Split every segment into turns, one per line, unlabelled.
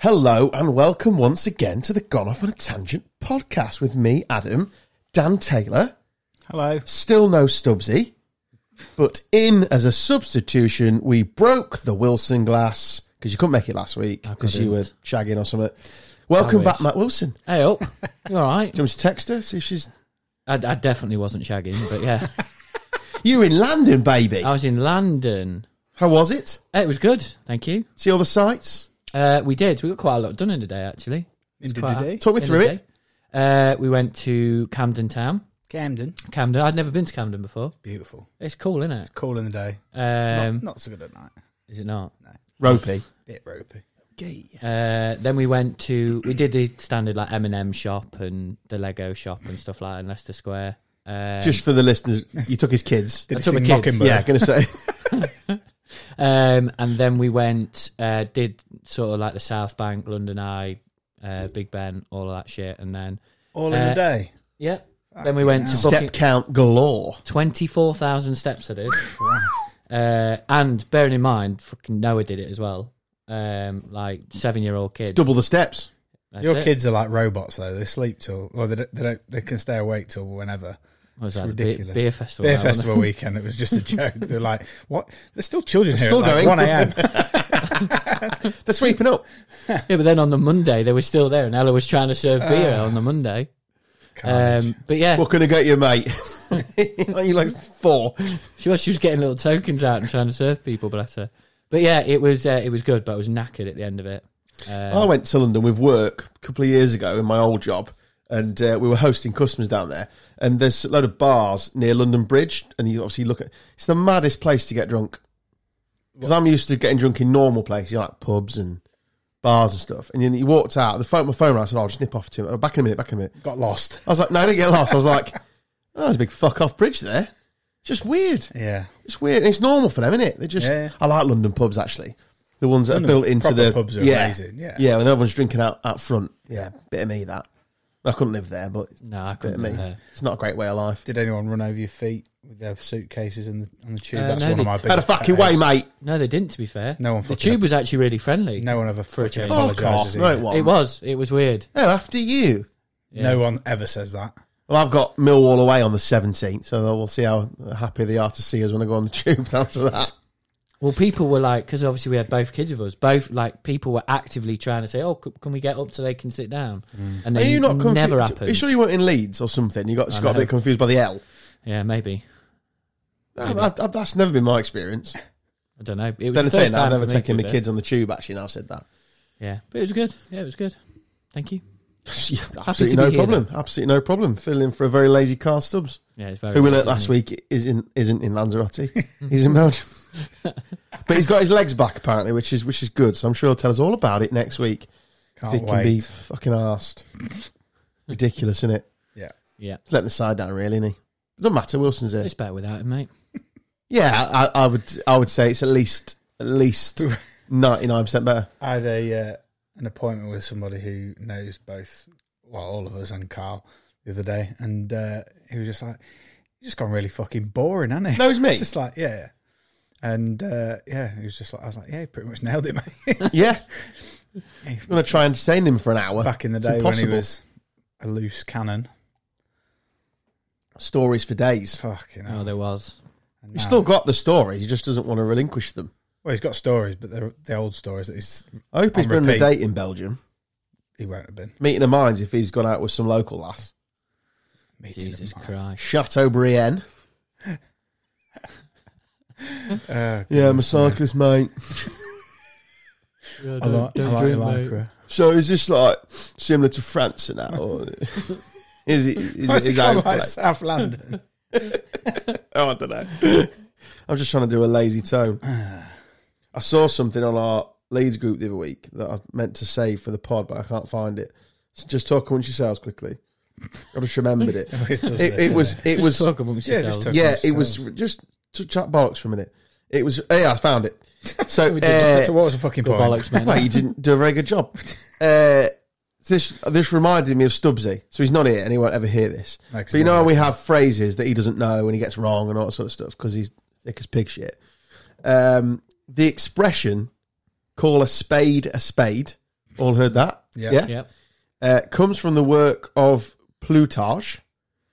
Hello and welcome once again to the Gone Off on a Tangent podcast with me, Adam, Dan Taylor,
Hello.
still no Stubbsy, but in as a substitution, we broke the Wilson glass because you couldn't make it last week because you were shagging or something. Welcome
I
back,
wish.
Matt Wilson. Do
Hey up, you all right?
you want me to text her? See if she's.
I, I definitely wasn't shagging, but yeah,
You're in London, baby.
I was in London.
How was it?
It was good, thank you.
See all the sights?
Uh, we did. We got quite a lot done in a day, actually.
In
quite
today,
Talk me
In a
through
day.
it.
Uh, we went to Camden Town.
Camden.
Camden. I'd never been to Camden before.
Beautiful.
It's cool, isn't it?
Cool in the day.
Um,
not, not so good at night.
Is it not?
Ropey.
Bit ropey. Gay.
Uh, then we went to we did the standard like M and M shop and the Lego shop and stuff like that in Leicester Square. Um,
Just for the listeners, you took his kids.
Did
I
it
took my
sing
kids.
Mockingbird?
Yeah, going to say.
Um, and then we went, uh, did sort of like the South Bank, London Eye, uh, Big Ben, all of that shit. And then,
All in a
Uh,
day.
yeah. Then we went to
Step
Bucking-
count galore.
24,000 steps I did. Uh, and bearing in mind, fucking Noah did it as well. Um, like seven year old kid.
Double the steps.
That's
Your
it.
kids are like robots though. They sleep till, or they don't, they don't, they can stay awake till whenever.
What was
it's
that, the beer-
ridiculous.
Beer festival.
Beer
that, wasn't
festival weekend. It was just a joke. They're like, what? There's still children here.
Still
at like
going.
One a.m.
They're sweeping up.
it? Yeah, but then on the Monday, they were still there, and Ella was trying to serve beer
Ah.
on the Monday.
Carnage.
Um, but yeah,
What can I get you, mate? Aren't you like four?
She was. She was getting little tokens out and trying to serve people. Bless her. But yeah, it was. Uh, it was good, but I was knackered at the end of it.
I went to London with work a couple of years ago in my old job, and uh, we were hosting customers down there. And there's a load of bars near London Bridge, and you obviously look at it's the maddest place to get drunk. Because I'm used to getting drunk in normal places, you know, like pubs and bars and stuff. And then you walked out, the phone, my phone rang, I said, "Oh, I'll just nip off to him. Oh, back in a minute, back in a minute.
Got lost.
I was like, no, don't get lost. I was like, oh, there's a big fuck off bridge there. Just weird.
Yeah.
It's weird. And it's normal for them, isn't it? They just.
Yeah.
I like London pubs actually. The ones that are built into
proper
the
pubs are amazing, yeah.
Yeah, when everyone's drinking out out front. Yeah, bit of me that. I couldn't live there, but it's
No, I
a bit of
couldn't
me.
live there.
It's not a great way of life.
Did anyone run over your feet with their suitcases in the, on the tube?
Uh,
That's
no,
one
they-
of my
Out of
biggest
fucking
pet
way,
hates.
mate.
No, they didn't. To be fair,
No one
The
fucking-
tube was actually really friendly.
No one ever fucking
change.
Fuck off.
apologises.
No, it
either.
wasn't.
it was. It was weird.
They're after you.
No one ever says that.
Well, I've got Millwall away on the 17th, so we'll see how happy they are to see us when I go on the tube after that.
Well, people were like, because obviously we had both kids with us. Both like people were actively trying to say, "Oh, c- can we get up so they can sit down?"
Mm.
And
Are
then
you not confused?
never
Are
happened.
you sure you weren't in Leeds or something? You got, just
I
got a
know.
bit confused by the L.
Yeah, maybe.
That- that- that's never been my experience.
I don't know. It was
Then
the
saying
first
that, I've
time
never
for me to
taken the
do it.
kids on the tube, actually, now I've said that.
Yeah, but it was good. Yeah, it was good. Thank you.
Yeah,
to
absolutely
be
no
here,
problem. Absolutely no problem. Filling in for a very lazy Carl Stubbs,
Oh, Yeah, it's very.
who we
nice,
learnt
isn't
last
it?
week isn't isn't in Lanzarote. he's in Belgium, but he's got his legs back apparently, which is which is good. So I'm sure he'll tell us all about it next week.
Can't
if he can be
wait.
fucking arsed. Ridiculous, isn't it?
Yeah.
Yeah,
He's letting the side down, really, isn't he? Doesn't matter. Wilson's here.
it's better without him, mate.
Yeah, I, I would I would say it's at least at least ninety nine percent better.
I had a uh, an appointment with somebody who knows both, well, all of us and Carl the other day, and uh, he was just like, "He's just gone really fucking boring, hasn't he?"
Knows me.
just like, yeah. And uh, yeah, he was just like, I was like, yeah, he pretty much nailed it, mate.
Yeah, I'm gonna try and detain him for an hour.
Back in the
It's
day when he
impossible.
was a loose cannon,
stories for days.
fucking
Oh,
hell.
there was.
And
He's
now-
still got the stories. He just doesn't want to relinquish them.
well, he's got stories, but they're the old stories that he's
I hope he's
On
been on a
repeat.
date in Belgium,
he won't have been
meeting the minds if he's gone out with some local lass.
meeting.
Jesus
him.
Christ.
Chateaubriand.
Uh,
Yeah, I'm a cyclist, mate.
I like, I like Lycra.
So is this like similar to France and that, or is it? Is
Why
it
is he
his own
called, like
place?
South London?
Oh, I don't know. I'm just trying to do a lazy tone. I saw something on our Leeds group the other week that I meant to save for the pod, but I can't find it. So just talk amongst yourselves quickly. I just remembered it.
Always does
It,
this,
it
doesn't
was. It
Just
was.
talk amongst
Yeah, just
yourselves.
talk.
Yeah,
amongst
it was just to chat bollocks for a minute. It was. Yeah, I found it. So,
So
uh,
what was the fucking
Good
point?
bollocks, mate.
well, you didn't do a very good job. Uh, this this reminded me of Stubbsy, so he's not here and he won't ever hear this.
No, 'cause
So you
he's
know
not
how we have phrases that he doesn't know and he gets wrong and all that sort of stuff because he's thick as pig shit. Um, the expression "call a spade a spade" All heard that?
Yeah.
Yep.
Uh, comes from the work of Plutarch,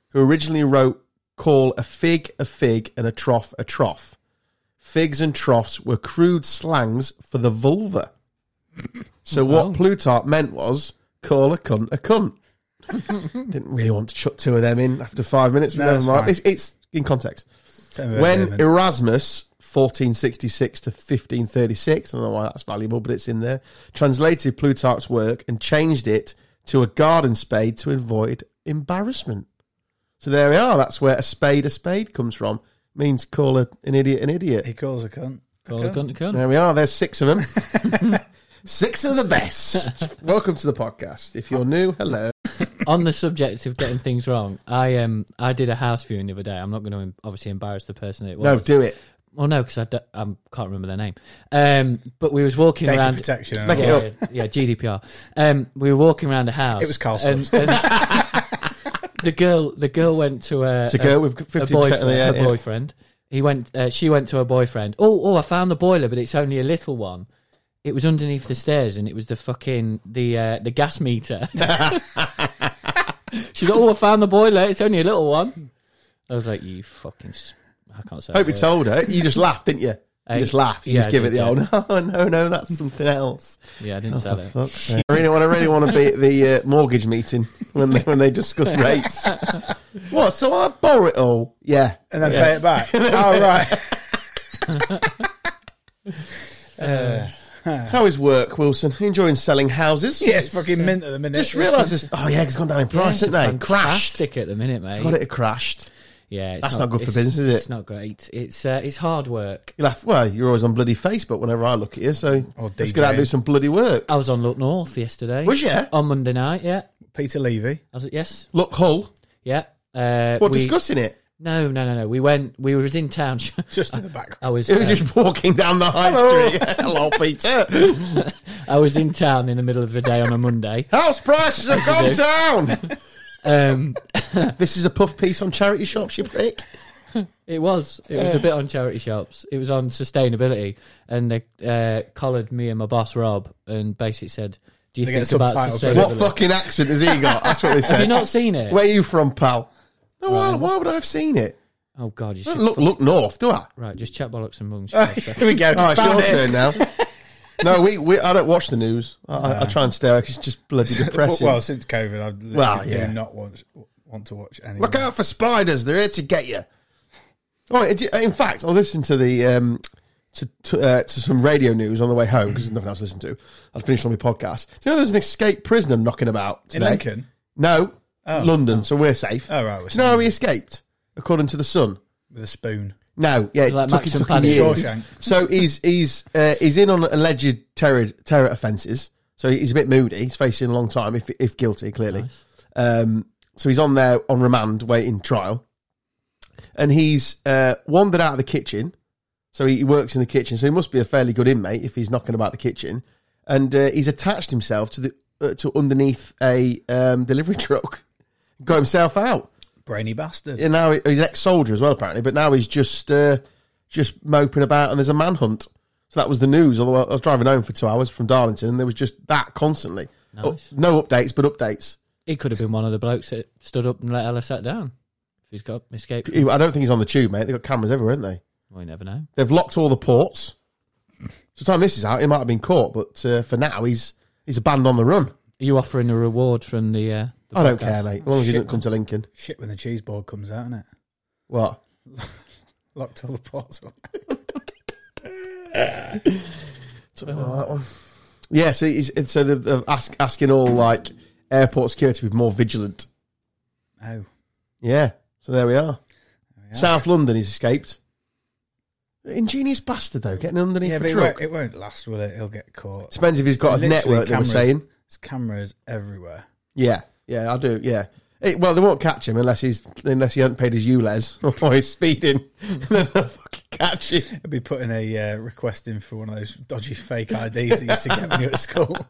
who originally wrote Call a fig a fig and a trough a trough. Figs and troughs were crude slangs for the vulva. So
Wow.
Oh.
what Plutarch meant was call a cunt a cunt. Didn't really want to chuck two of them in after five minutes, but
No,
never
that's
mind.
fine.
It's, it's in context
Turn it
Uh,
over
when
then.
Erasmus, 1466 to 1536, I don't know why that's valuable, but it's in there, translated Plutarch's work and changed it to a garden spade to avoid embarrassment. So there we are. That's where a spade a spade comes from. Means call a, an idiot an idiot.
he calls a cunt.
Call a cunt a cunt.
There we are. There's six of them. six of the best. Welcome to the podcast. If you're new, hello.
on the subject of getting things wrong, I um I did a house viewing the other day. I'm not going to obviously embarrass the person that it was.
No, do it.
well, no, because I, d- I can't remember their name. Um, but we was walking
Data
around.
protection. and
Make
all
it
that.
up.
Yeah, yeah, GDPR. Um, we were walking around the house.
It was Carl
and-
Stubbs.
and the girl, the girl went to a,
To go with 50%
a
of the
boyfriend.
yeah,
her
yeah.
boyfriend. He went. Uh, she went to her boyfriend. Oh, oh! I found the boiler, but it's only a little one. It was underneath the stairs, and it was the fucking the uh, the gas meter. She's like, oh, I found the boiler. It's only a little one. I was like, you fucking. s- I can't say.
Hope
that
you told her. You just laughed, didn't you? You
Uh,
just laughed. You
yeah,
just give
I
it the
did,
old, no, no, no, that's something else.
word. Yeah, I didn't
Oh, For
sell it.
fuck's sake. I really want. I really want to be at the uh, mortgage meeting when they, when they discuss rates. what? So I borrow it all? Yeah.
and then
Yes.
pay it back. All right.
How is work, Wilson? Enjoying selling houses?
Yeah, it's fucking mint at the minute.
Just realised this. Oh yeah, it's gone down in price,
Yeah, it's
hasn't it? Crashed.
fantastic at the minute, mate.
Got it. It crashed.
Yeah, it's
That's not good for
it's-
business, is it?
It's not great. It's uh, it's hard work.
You laugh. Well, you're always on bloody Facebook whenever I look at you. So
Or
let's get out and do
DJing.
some bloody work.
I was on Look North yesterday.
Was you?
on Monday night? Yeah.
Peter Levy.
I was at yes.
Look, Hull.
Yeah. Uh,
What
we-
discussing it?
No, no, no, no. We went. We was in town.
Just in the background.
I was.
It was
uh,
just walking down the high street. Hello, Peter.
I was in town in the middle of the day on a Monday.
House prices have gone down.
Um,
this is a puff piece on charity shops, you prick.
it was. It was a bit on charity shops. It was on sustainability, and they uh, collared me and my boss Rob, and basically said, "Do you
They
think
get
about
subtitles,
sustainability?"
don't
What fucking accent has he got? That's what they
Have you
said.
not seen it?
Where are you from, pal? No, why, why would I have seen it?
Oh God, you
I
should.
don't Look, look north, do I?
Right, just chat bollocks and mungs.
Here we go.
Oh, it's
Found
your
it.
turn now. No, we, we I don't watch the news. I, I, I try and stay away. 'cause It's just bloody
Well,
depressing.
well, since COVID, I literally
Well, yeah.
do not want want to watch any.
Look out for spiders. They're here to get you. Oh, it- in fact, I listened to the um, to to, uh, to some radio news on the way home because there's nothing else to listen to. I'd finished on my podcast. Do you know there's an escaped prisoner knocking about
in
today?
Lincoln.
No, London. So we're safe.
Oh right, we're
Do you know how he escaped? According to the Sun.
with a spoon.
No, yeah, it
Like
took, it
Maxim
took him
Paddy.
years.
Shawshank.
So he's he's uh, he's in on alleged terror terror offences. So he's a bit moody. He's facing a long time if if guilty, clearly. Um, so he's on there on remand waiting trial, and he's uh, wandered out of the kitchen. So he, he works in the kitchen. So he must be a fairly good inmate if he's knocking about the kitchen, and uh, he's attached himself to the uh, to underneath a um, delivery truck, got himself out
Brainy bastard.
and now he- he's ex-soldier as well apparently but now he's just uh, just moping about and there's a manhunt so that was the news although i was driving home for two hours from darlington and there was just that constantly Oh, no updates but updates
It could have been one of the blokes that stood up and let Ella sat down. If he's got escaped,
He- i don't think he's on the tube mate they've got cameras everywhere haven't they
well, you never know.
they've locked all the ports so by the time this is out he might have been caught but uh, for now he's he's a band on the run
Are you offering a reward from the? Uh, the
i don't
podcast?
care mate as long as he
Shit,
doesn't come to lincoln
Shit when the cheese board comes out, innit?
what
Locked all the pots up.
yeah so he's, it's- so they're, they're ask, asking all like airport security to be more vigilant
Oh,
Yeah. So there we are. South London, he's escaped. Ingenious bastard, though, getting underneath
yeah,
a
but it
truck.
won't, it won't last, will it? He'll get caught.
Depends if he's got a
Literally
network, they were
cameras-
saying.
There's cameras everywhere.
Yeah, yeah, I do, yeah. It, well, they won't catch him unless he's unless he hasn't paid his ULEZ or he's speeding. then they'll fucking catch him.
I'd be putting a uh, request in for one of those dodgy fake IDs that used to get me at school.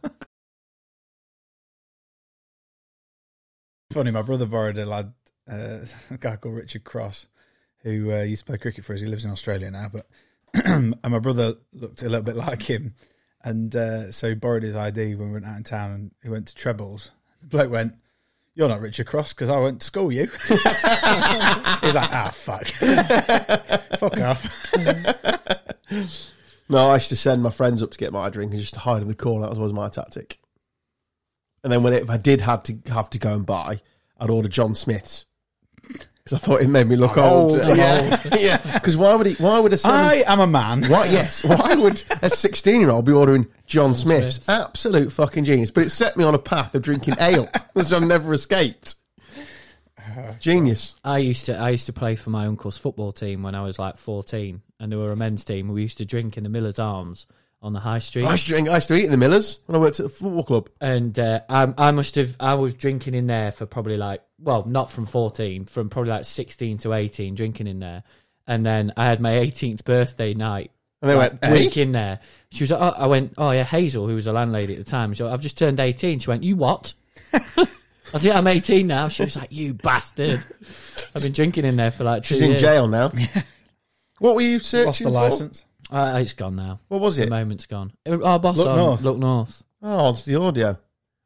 Funny, my brother borrowed a lad, uh, a guy called Richard Cross, who uh, used to play cricket for us. He lives in Australia now, but and my brother looked a little bit like him, And uh, so he borrowed his ID when we went out in town and he went to Trebles. The bloke went, You're not Richard Cross because I went to school you. He's like, Ah, fuck. fuck off.
No, I used to send my friends up to get my drink and just to hide in the corner. That was always my tactic. And then when it, if I did have to have to go and buy, I'd order John Smith's because I thought it made me look old.
old, I'm
yeah, Because why would he? Why would a seven,
I am a man.
Why, yes. Why would a 16 year old be ordering John Smith's? Absolute fucking genius. But it set me on a path of drinking ale, which I've never escaped. Genius.
I used to I used to play for my uncle's football team when I was like fourteen, and they were a men's team. We used to drink in the Miller's Arms on the high street,
I used to drink, I used to eat in the Millers when I worked at the football club.
and uh, I, I must have I was drinking in there for probably like well not from fourteen, from probably like sixteen to eighteen, drinking in there, and then I had my eighteenth birthday night.
And they went,
like,
"Eh?"
week in there. She was like, oh, I went, oh yeah, Hazel, who was a landlady at the time. So I've just turned 18. She went, you what? I said, I'm 18 now. She was like, you bastard. I've been drinking in there for like two
She's in
years.
jail now. what were you
Lost
searching
the
for?
license.
Uh, it's gone now.
What was
The
it?
moment's gone. Uh, Our boss
Look
on
north.
Look North.
Oh, it's the audio.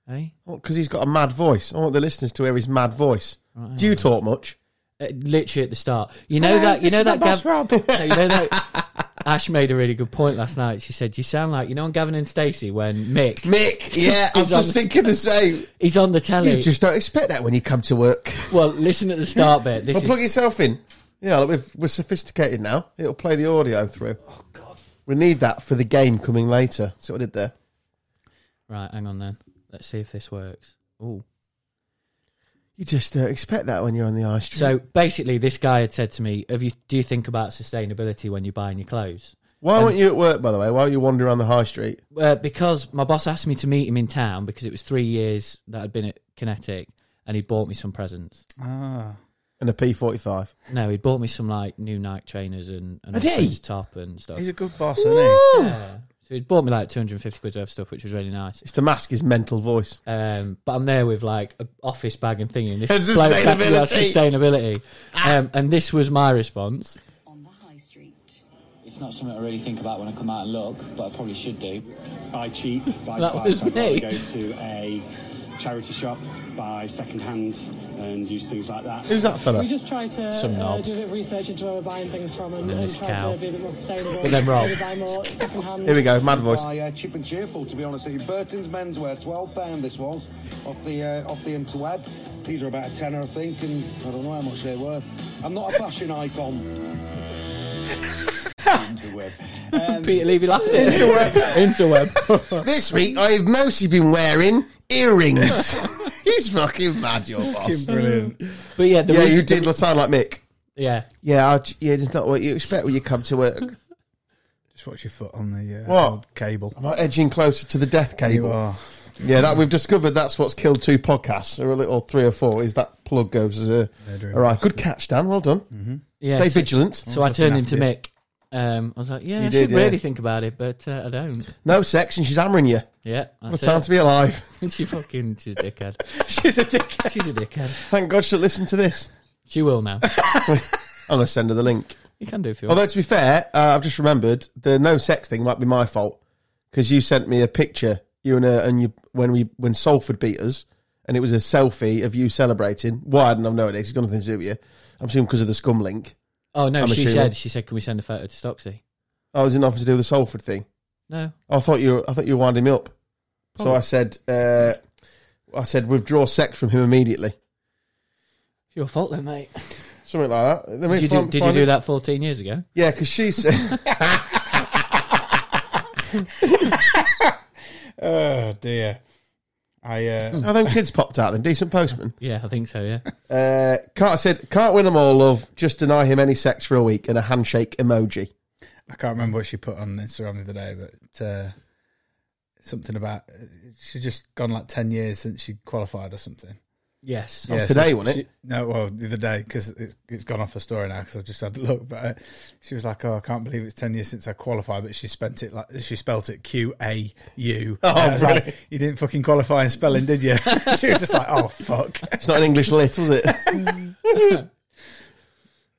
Hey?
Because he's got a mad voice. I want the listeners to hear his mad voice. Do you talk much?
Uh, literally at the start. You know that you know that Gav- no, you know that Ash made a really good point last night. She said, You sound like you know on Gavin and Stacey when Mick
Mick, yeah, I was
He's on-
just thinking the same.
he's on the telly.
You just don't expect that when you come to work.
well, listen at the start bit. This
Well,
is
plug yourself in. Yeah, look, we've, we're sophisticated now. It'll play the audio through. Oh God, we need that for the game coming later. See what I did there?
Right, hang on then. Let's see if this works. Ooh.
You just uh, expect that when you're on the ice street.
So basically, this guy had said to me, "Have you? Do you think about sustainability when you're buying your clothes?"
Why weren't you at work, by the way? Why were you wandering around the high street?
Uh, because my boss asked me to meet him in town because it was three years that I'd been at Kinetic, and he bought me some presents.
Ah.
And a P45.
No, he'd bought me some like new Nike trainers and, and a
Had he?
French top and stuff.
He's a good boss, isn't he?
Yeah. So he'd bought me like 250 quid worth of stuff, which was really nice.
It's to mask his mental voice.
Um, but I'm there with like an office bag and thingy. And
And
this bloke asking me about
sustainability. Ah.
sustainability. Um, and this was my response.
on the high street.
It's not something I really think about when I come out and look, but I probably should do.
buy cheap, buy
That
twice.
was
I'd rather
me.
go to a charity shop, buy second hand, and use things like that.
Who's that fella?
We just try to
Some
uh,
knob.
do a bit of research into where we're buying things from and,
then
and
this
try
cow.
to be a bit more sustainable.
But then Rob.
Maybe buy more secondhand.
Here we go, mad voice.
By, uh, cheap and cheerful, to be honest with you. Burton's menswear, twelve pound. This was off the uh, off the interweb. These are about a tenner, I think, and I don't know how much they were. I'm not a fashion icon.
Um, Peter Levy laughed at Interweb. Interweb.
This week I have mostly been wearing earrings. He's fucking mad, your boss.
Brilliant.
But yeah, the
Yeah,
reason,
you did sound like Mick.
Yeah,
Yeah, I, yeah, it's not what you expect when you come to work.
Just watch your foot on the uh,
What?
old cable. Oh,
I'm edging closer to the death
You
cable.
are.
Yeah, that we've discovered that's what's killed two podcasts, or a little three or four. Is that plug goes as a
doing
all right? Good catch, Dan. Well done.
yeah.
Stay
so,
vigilant.
so I turned
after
into
you.
Mick. Um, I was like, yeah, I
did,
should
yeah.
really think about it, but uh, I don't.
No sex, and she's hammering you.
Yeah, that's
What a time
it.
to be alive.
she fucking she's a dickhead.
She's a dickhead.
She's a dickhead.
Thank God she'll listen to this.
She will now.
I'm gonna send her the link.
You can do if you want.
Although to be fair, uh, I've just remembered the no sex thing might be my fault because you sent me a picture you and her, and you when we when Salford beat us, and it was a selfie of you celebrating. Why? I don't know. It's got nothing to do with you. I'm assuming because of the scum link.
oh no,
I'm
she
assuming.
said she said, can we send a photo to Stocksy?
Oh, was it nothing to do with the Salford thing?
No,
I thought you were, I thought you were winding me up. So
Oh.
I said, uh, I said, withdraw sex from him immediately.
your fault then, mate.
Something like that. Let me
Did you do,
find-
did you
find
do
it.
that 14 years ago?
Yeah, because she said,
Oh, dear. I, uh,
oh, them kids popped out then, decent postman.
Yeah, I think so. Yeah,
Uh, Carter said, can't win them all, love. Just deny him any sex for a week and a handshake emoji.
I can't remember what she put on Instagram the other day, but uh, something about she's just gone like 10 years since she qualified or something.
yes.
was today,
she-
wasn't it?
she- no, well, the other day because it, it's gone off a story now because I just had a look. But uh, she was like, "Oh, I can't believe it's ten years since I qualified," but she spent it like she spelt it Q A U. Oh, I was like, "You didn't fucking qualify in spelling, did you?" she was just like, "Oh fuck."
It's not an English lit, was it?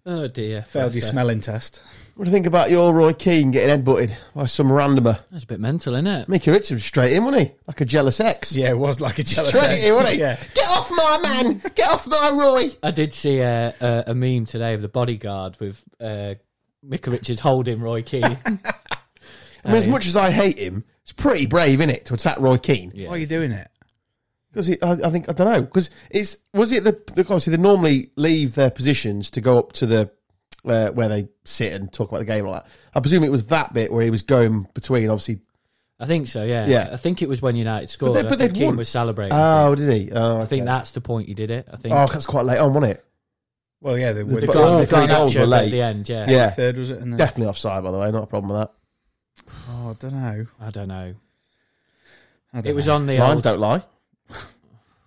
Oh dear.
Failed your
That's, uh,
smelling test.
What do you think about your Roy Keane getting headbutted by some randomer?
That's a bit mental, isn't it?
Mickey Richards was straight in, wasn't he? Like a jealous ex.
Yeah, it was like a jealous
Straight
ex.
in, wasn't he?
Yeah.
Get off my man! Get off my Roy!
I did see a, a, a meme today of the bodyguard with uh, Micah Richards holding Roy Keane.
I mean, as much as I hate him, it's pretty brave, is it, to attack Roy Keane?
Yeah.
Why are you doing it?
Because I, I think I don't know. Because it's was it the, the obviously they normally leave their positions to go up to the uh, where they sit and talk about the game like that. I presume it was that bit where he was going between. Obviously,
I think so. Yeah.
Yeah.
I think it was when United scored.
they-
I
but
think
they'd
Keane
won.
was celebrating.
oh, did he? Oh,
I think that's the point he did it. I think
Oh, that's quite late on, wasn't it?
Well, yeah, they would.
big
the,
but-
goal,
oh,
the
three
goal
goals
actually
were late.
at the end. Yeah.
Yeah.
Third was uh, it? And then,
Definitely offside, by the way. Not a problem with that.
Oh, I don't know.
I don't know.
I don't
It was
know.
on the
Lines don't
old
lie.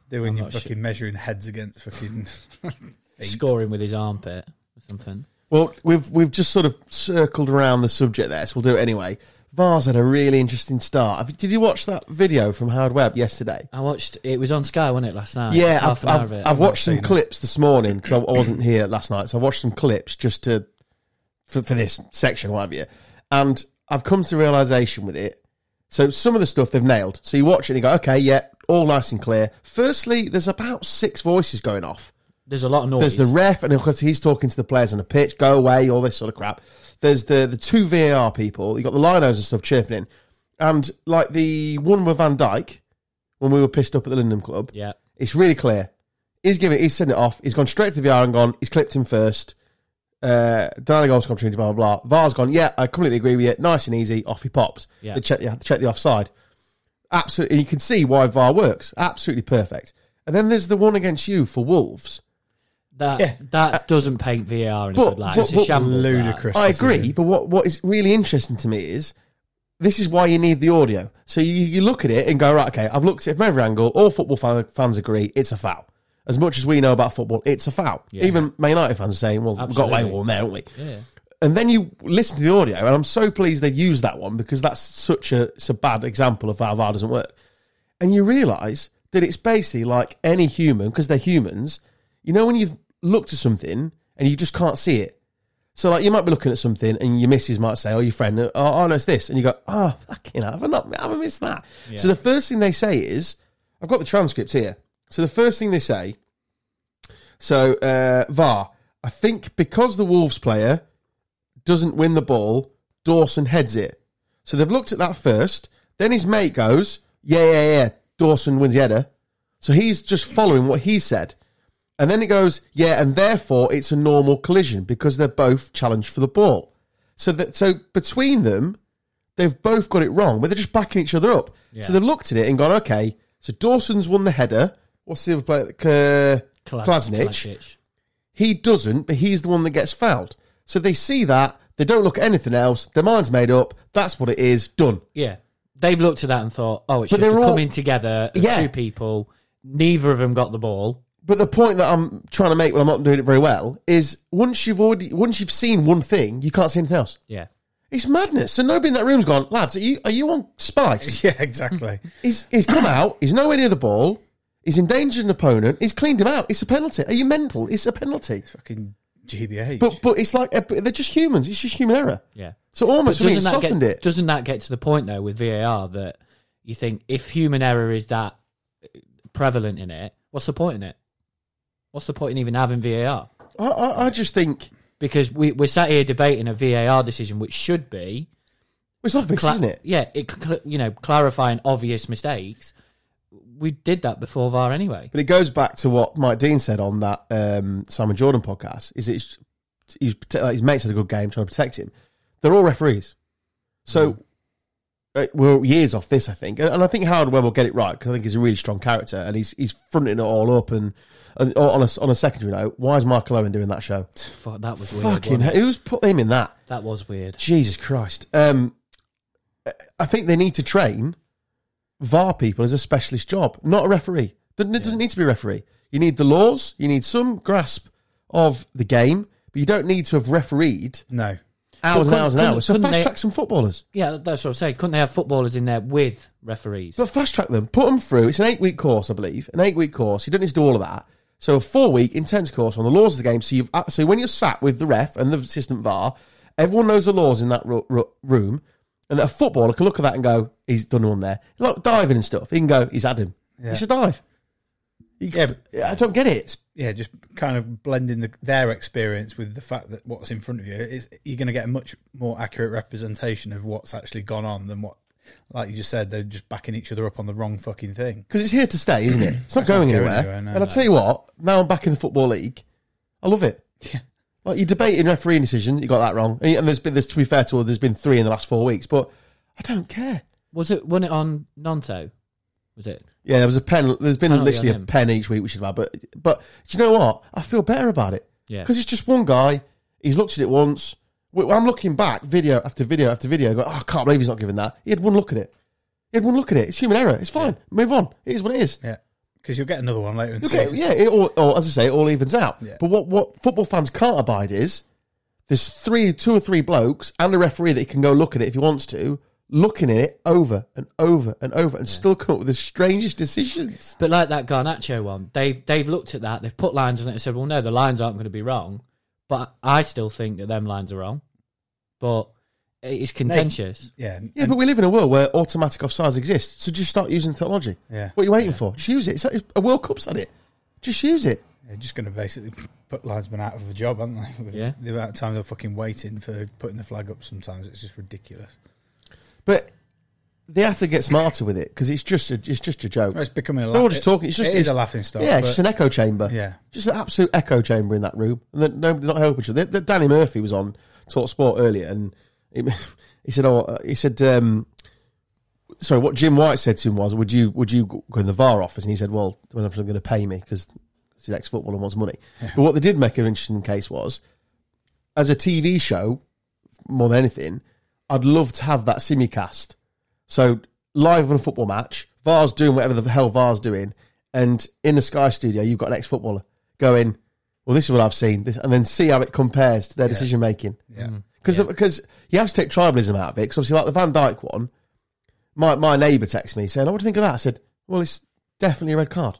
doing
I'm
your
not
fucking measuring heads against fucking. feet.
scoring with his armpit or something.
Well, we've we've just sort of circled around the subject there, so we'll do it anyway. Vars had a really interesting start. Have- Did you watch that video from Howard Webb yesterday?
I watched. It was on Sky, wasn't it, last night?
Yeah, I've,
half an hour
I've,
of it.
I've watched some
seen it.
clips this morning because I, I wasn't here last night, so I watched some clips just to for, for this section, what have you. And I've come to the realization with it. So some of the stuff they've nailed. So you watch it and you go, okay, yeah, all nice and clear. Firstly, there's about six voices going off.
There's a lot of noise.
There's the ref, and of course he's talking to the players on the pitch. Go away, all this sort of crap. There's the the two VAR people. You got the linos and stuff chirping in, and like the one with Van Dyke when we were pissed up at the Lindham Club.
yeah.
It's really clear. He's given. He's sent it off. He's gone straight to the VR and gone. He's clipped him first. Uh, denied a goal scoring opportunity. Blah blah blah. VAR's gone. Yeah, I completely agree with you. Nice and easy. Off he pops.
Yeah.
They check. Yeah, they check the offside. Absolutely. and You can see why VAR works. Absolutely perfect. And then there's the one against you for Wolves.
That
Yeah.
that doesn't paint VAR in a
But-
good light.
but-
it's a
but-
shambles. that.
Ludicrous.
I
decision.
agree, but what, what is really interesting to me is this is why you need the audio. So you, you look at it and go, right, okay, I've looked at it from every angle. All football fan, fans agree it's a foul. As much as we know about football, it's a foul. Even Man United fans are saying, well, we've got away
Absolutely.
with one there, haven't we?
Yeah.
And then you listen to the audio, and I'm so pleased they used that one because that's such a, it's a bad example of how VAR doesn't work. And you realise that it's basically like any human, because they're humans, you know, when you've looked at something and you just can't see it. So, like, you might be looking at something and your missus might say, or your friend, oh, oh no, it's this. And you go, oh, fucking hell, have I not, have I missed that? So, the first thing they say is, I've got the transcript here. So, the first thing they say, so, uh, VAR, I think because the Wolves player doesn't win the ball, Dawson heads it. So they've looked at that first. Then his mate goes, yeah, yeah, yeah, Dawson wins the header. So he's just following what he said. And then it goes, yeah, and therefore it's a normal collision because they're both challenged for the ball. So that so between them, they've both got it wrong, but they're just backing each other up. So they've looked at it and gone, okay, so Dawson's won the header. What's the other player? Uh,
Kla-
Klasnich.
Kolasinac.
He doesn't, but he's the one that gets fouled. So they see that, they don't look at anything else, their mind's made up, that's what it is, done.
Yeah. They've looked at that and thought, oh, it's
But
just a
they're all-
coming together of
Yeah.
two people. Neither of them got the ball.
But the point that I'm trying to make when I'm not doing it very well is once you've already once you've seen one thing, you can't see anything else.
Yeah.
It's madness. So nobody in that room's gone, lads, are you are you on spice?
Yeah, exactly.
He's he's come out, he's nowhere near the ball, he's endangered an opponent, he's cleaned him out, it's a penalty. Are you mental? It's a penalty.
fucking GBH.
But but it's like they're just humans, it's just human error.
Yeah.
So almost we
that
softened
get,
it.
doesn't that get to the point though with VAR that you think if human error is that prevalent in it, what's the point in it? What's the point in even having VAR?
I, I, I just think
Because we, we're sat here debating a VAR decision, which should be,
it's obvious,
cla-
isn't it?
yeah, it cl- you know clarifying obvious mistakes. We did that before VAR anyway.
But it goes back to what Mike Dean said on that um, Simon Jordan podcast: is it's he's, prote- like, his mates had a good game trying to protect him. They're all referees, so uh, we're years off this, I think, and, and I think Howard Webb will get it right because I think he's a really strong character and he's he's fronting it all up. And, and on a on a secondary note, why is Michael Owen doing that show?
Fuck, that was weird.
Fucking
wasn't it?
hell, who's put him in that?
That was weird.
Jesus Christ! Um, I think they need to train VAR people as a specialist job, not a referee. It doesn't need to be a referee. You need the laws. You need some grasp of the game, but you don't need to have refereed
no.
hours and
couldn't-
hours and hours. So
couldn't
fast
they-
track some footballers,
Yeah, that's what I'm saying. Couldn't they have footballers in there with referees?
but fast track them, put them through. It's an eight week course, I believe. An eight week course. You don't need to do all of that. So a four week intense course on the laws of the game. So you've uh, so when you're sat with the ref and the assistant VAR, everyone knows the laws in that ru- ru- room, and a footballer can look at that and go, "He's done one there." Like diving and stuff, he can go, "He's had him. It's a dive." You
Yeah, but-
I don't get it.
yeah, just kind of blending the, their experience with the fact that what's in front of you is you're going to get a much more accurate representation of what's actually gone on than what, like you just said, they're just backing each other up on the wrong fucking thing.
because it's here to stay, isn't it? It's not going
not going
anywhere.
anywhere,
and
no,
I'll
no.
tell you what, now I'm back in the football league. I love it.
Yeah.
Like you're debating refereeing decisions, you got that wrong, and and there's been there's to be fair to her, there's been three in the last four weeks, but I don't care.
Was it won it on Nanto? Was it?
Yeah, there was a pen. There's been
Penalty
literally
on
a
him.
pen each week, which is bad. But but do you know what? I feel better about it.
Yeah.
Because it's just one guy. He's looked at it once. Wh- I'm looking back, video after video after video. Going, oh, I can't believe he's not given that. He had one look at it. He had one look at it. It's human error. It's fine. Move on. It is what it is.
Yeah, because you'll get another one later in the
Okay,
season.
yeah, it all, or as I say, it all evens out.
Yeah.
But what, what football fans can't abide is there's three, two or three blokes and a referee that can go look at it if he wants to, looking at it over and over and over, and still come up with the strangest decisions.
But like that Garnacho one, they've they've looked at that, they've put lines on it and said, Well no, the lines aren't going to be wrong. But I still think that them lines are wrong. But it's contentious.
Yeah,
Yeah, but we live in a world where automatic offsides exist, so just start using technology.
Yeah.
What are you waiting for? Just use it. It's like a World Cup's had it. Just use it.
They're just going to basically put linesmen out of a job, aren't they? With
Yeah.
The amount of time they're fucking waiting for putting the flag up sometimes, it's just ridiculous.
But they have to get smarter with it because it's just a, it's just a joke.
Well, It's becoming a
They're all
laugh-
just talking. It's
it
just
is a laughing stock.
Yeah, it's
but-
just an echo chamber.
Yeah.
just an absolute echo chamber in that room, and then no, they're not helping each other. Th- th- Danny Murphy was on Talk Sport earlier, and he, he said, "Oh, uh, he said, um, sorry, what Jim White said to him was, would you would you go in the VAR office?" And he said, "Well, the one's going to pay me because he's an ex-footballer and wants money." But what they did make an interesting case was, as a TV show, more than anything, I'd love to have that simulcast. So live on a football match, VAR's doing whatever the hell VAR's doing, and in the Sky Studio, you've got an ex-footballer going, "Well, this is what I've seen," this, and then see how it compares to their decision making.
Yeah.
Because you have to take tribalism out of it. Because obviously, like the Van Dyke one, my my neighbour texted me saying, "Oh, what do you think of that?" I said, "Well, it's definitely a red card.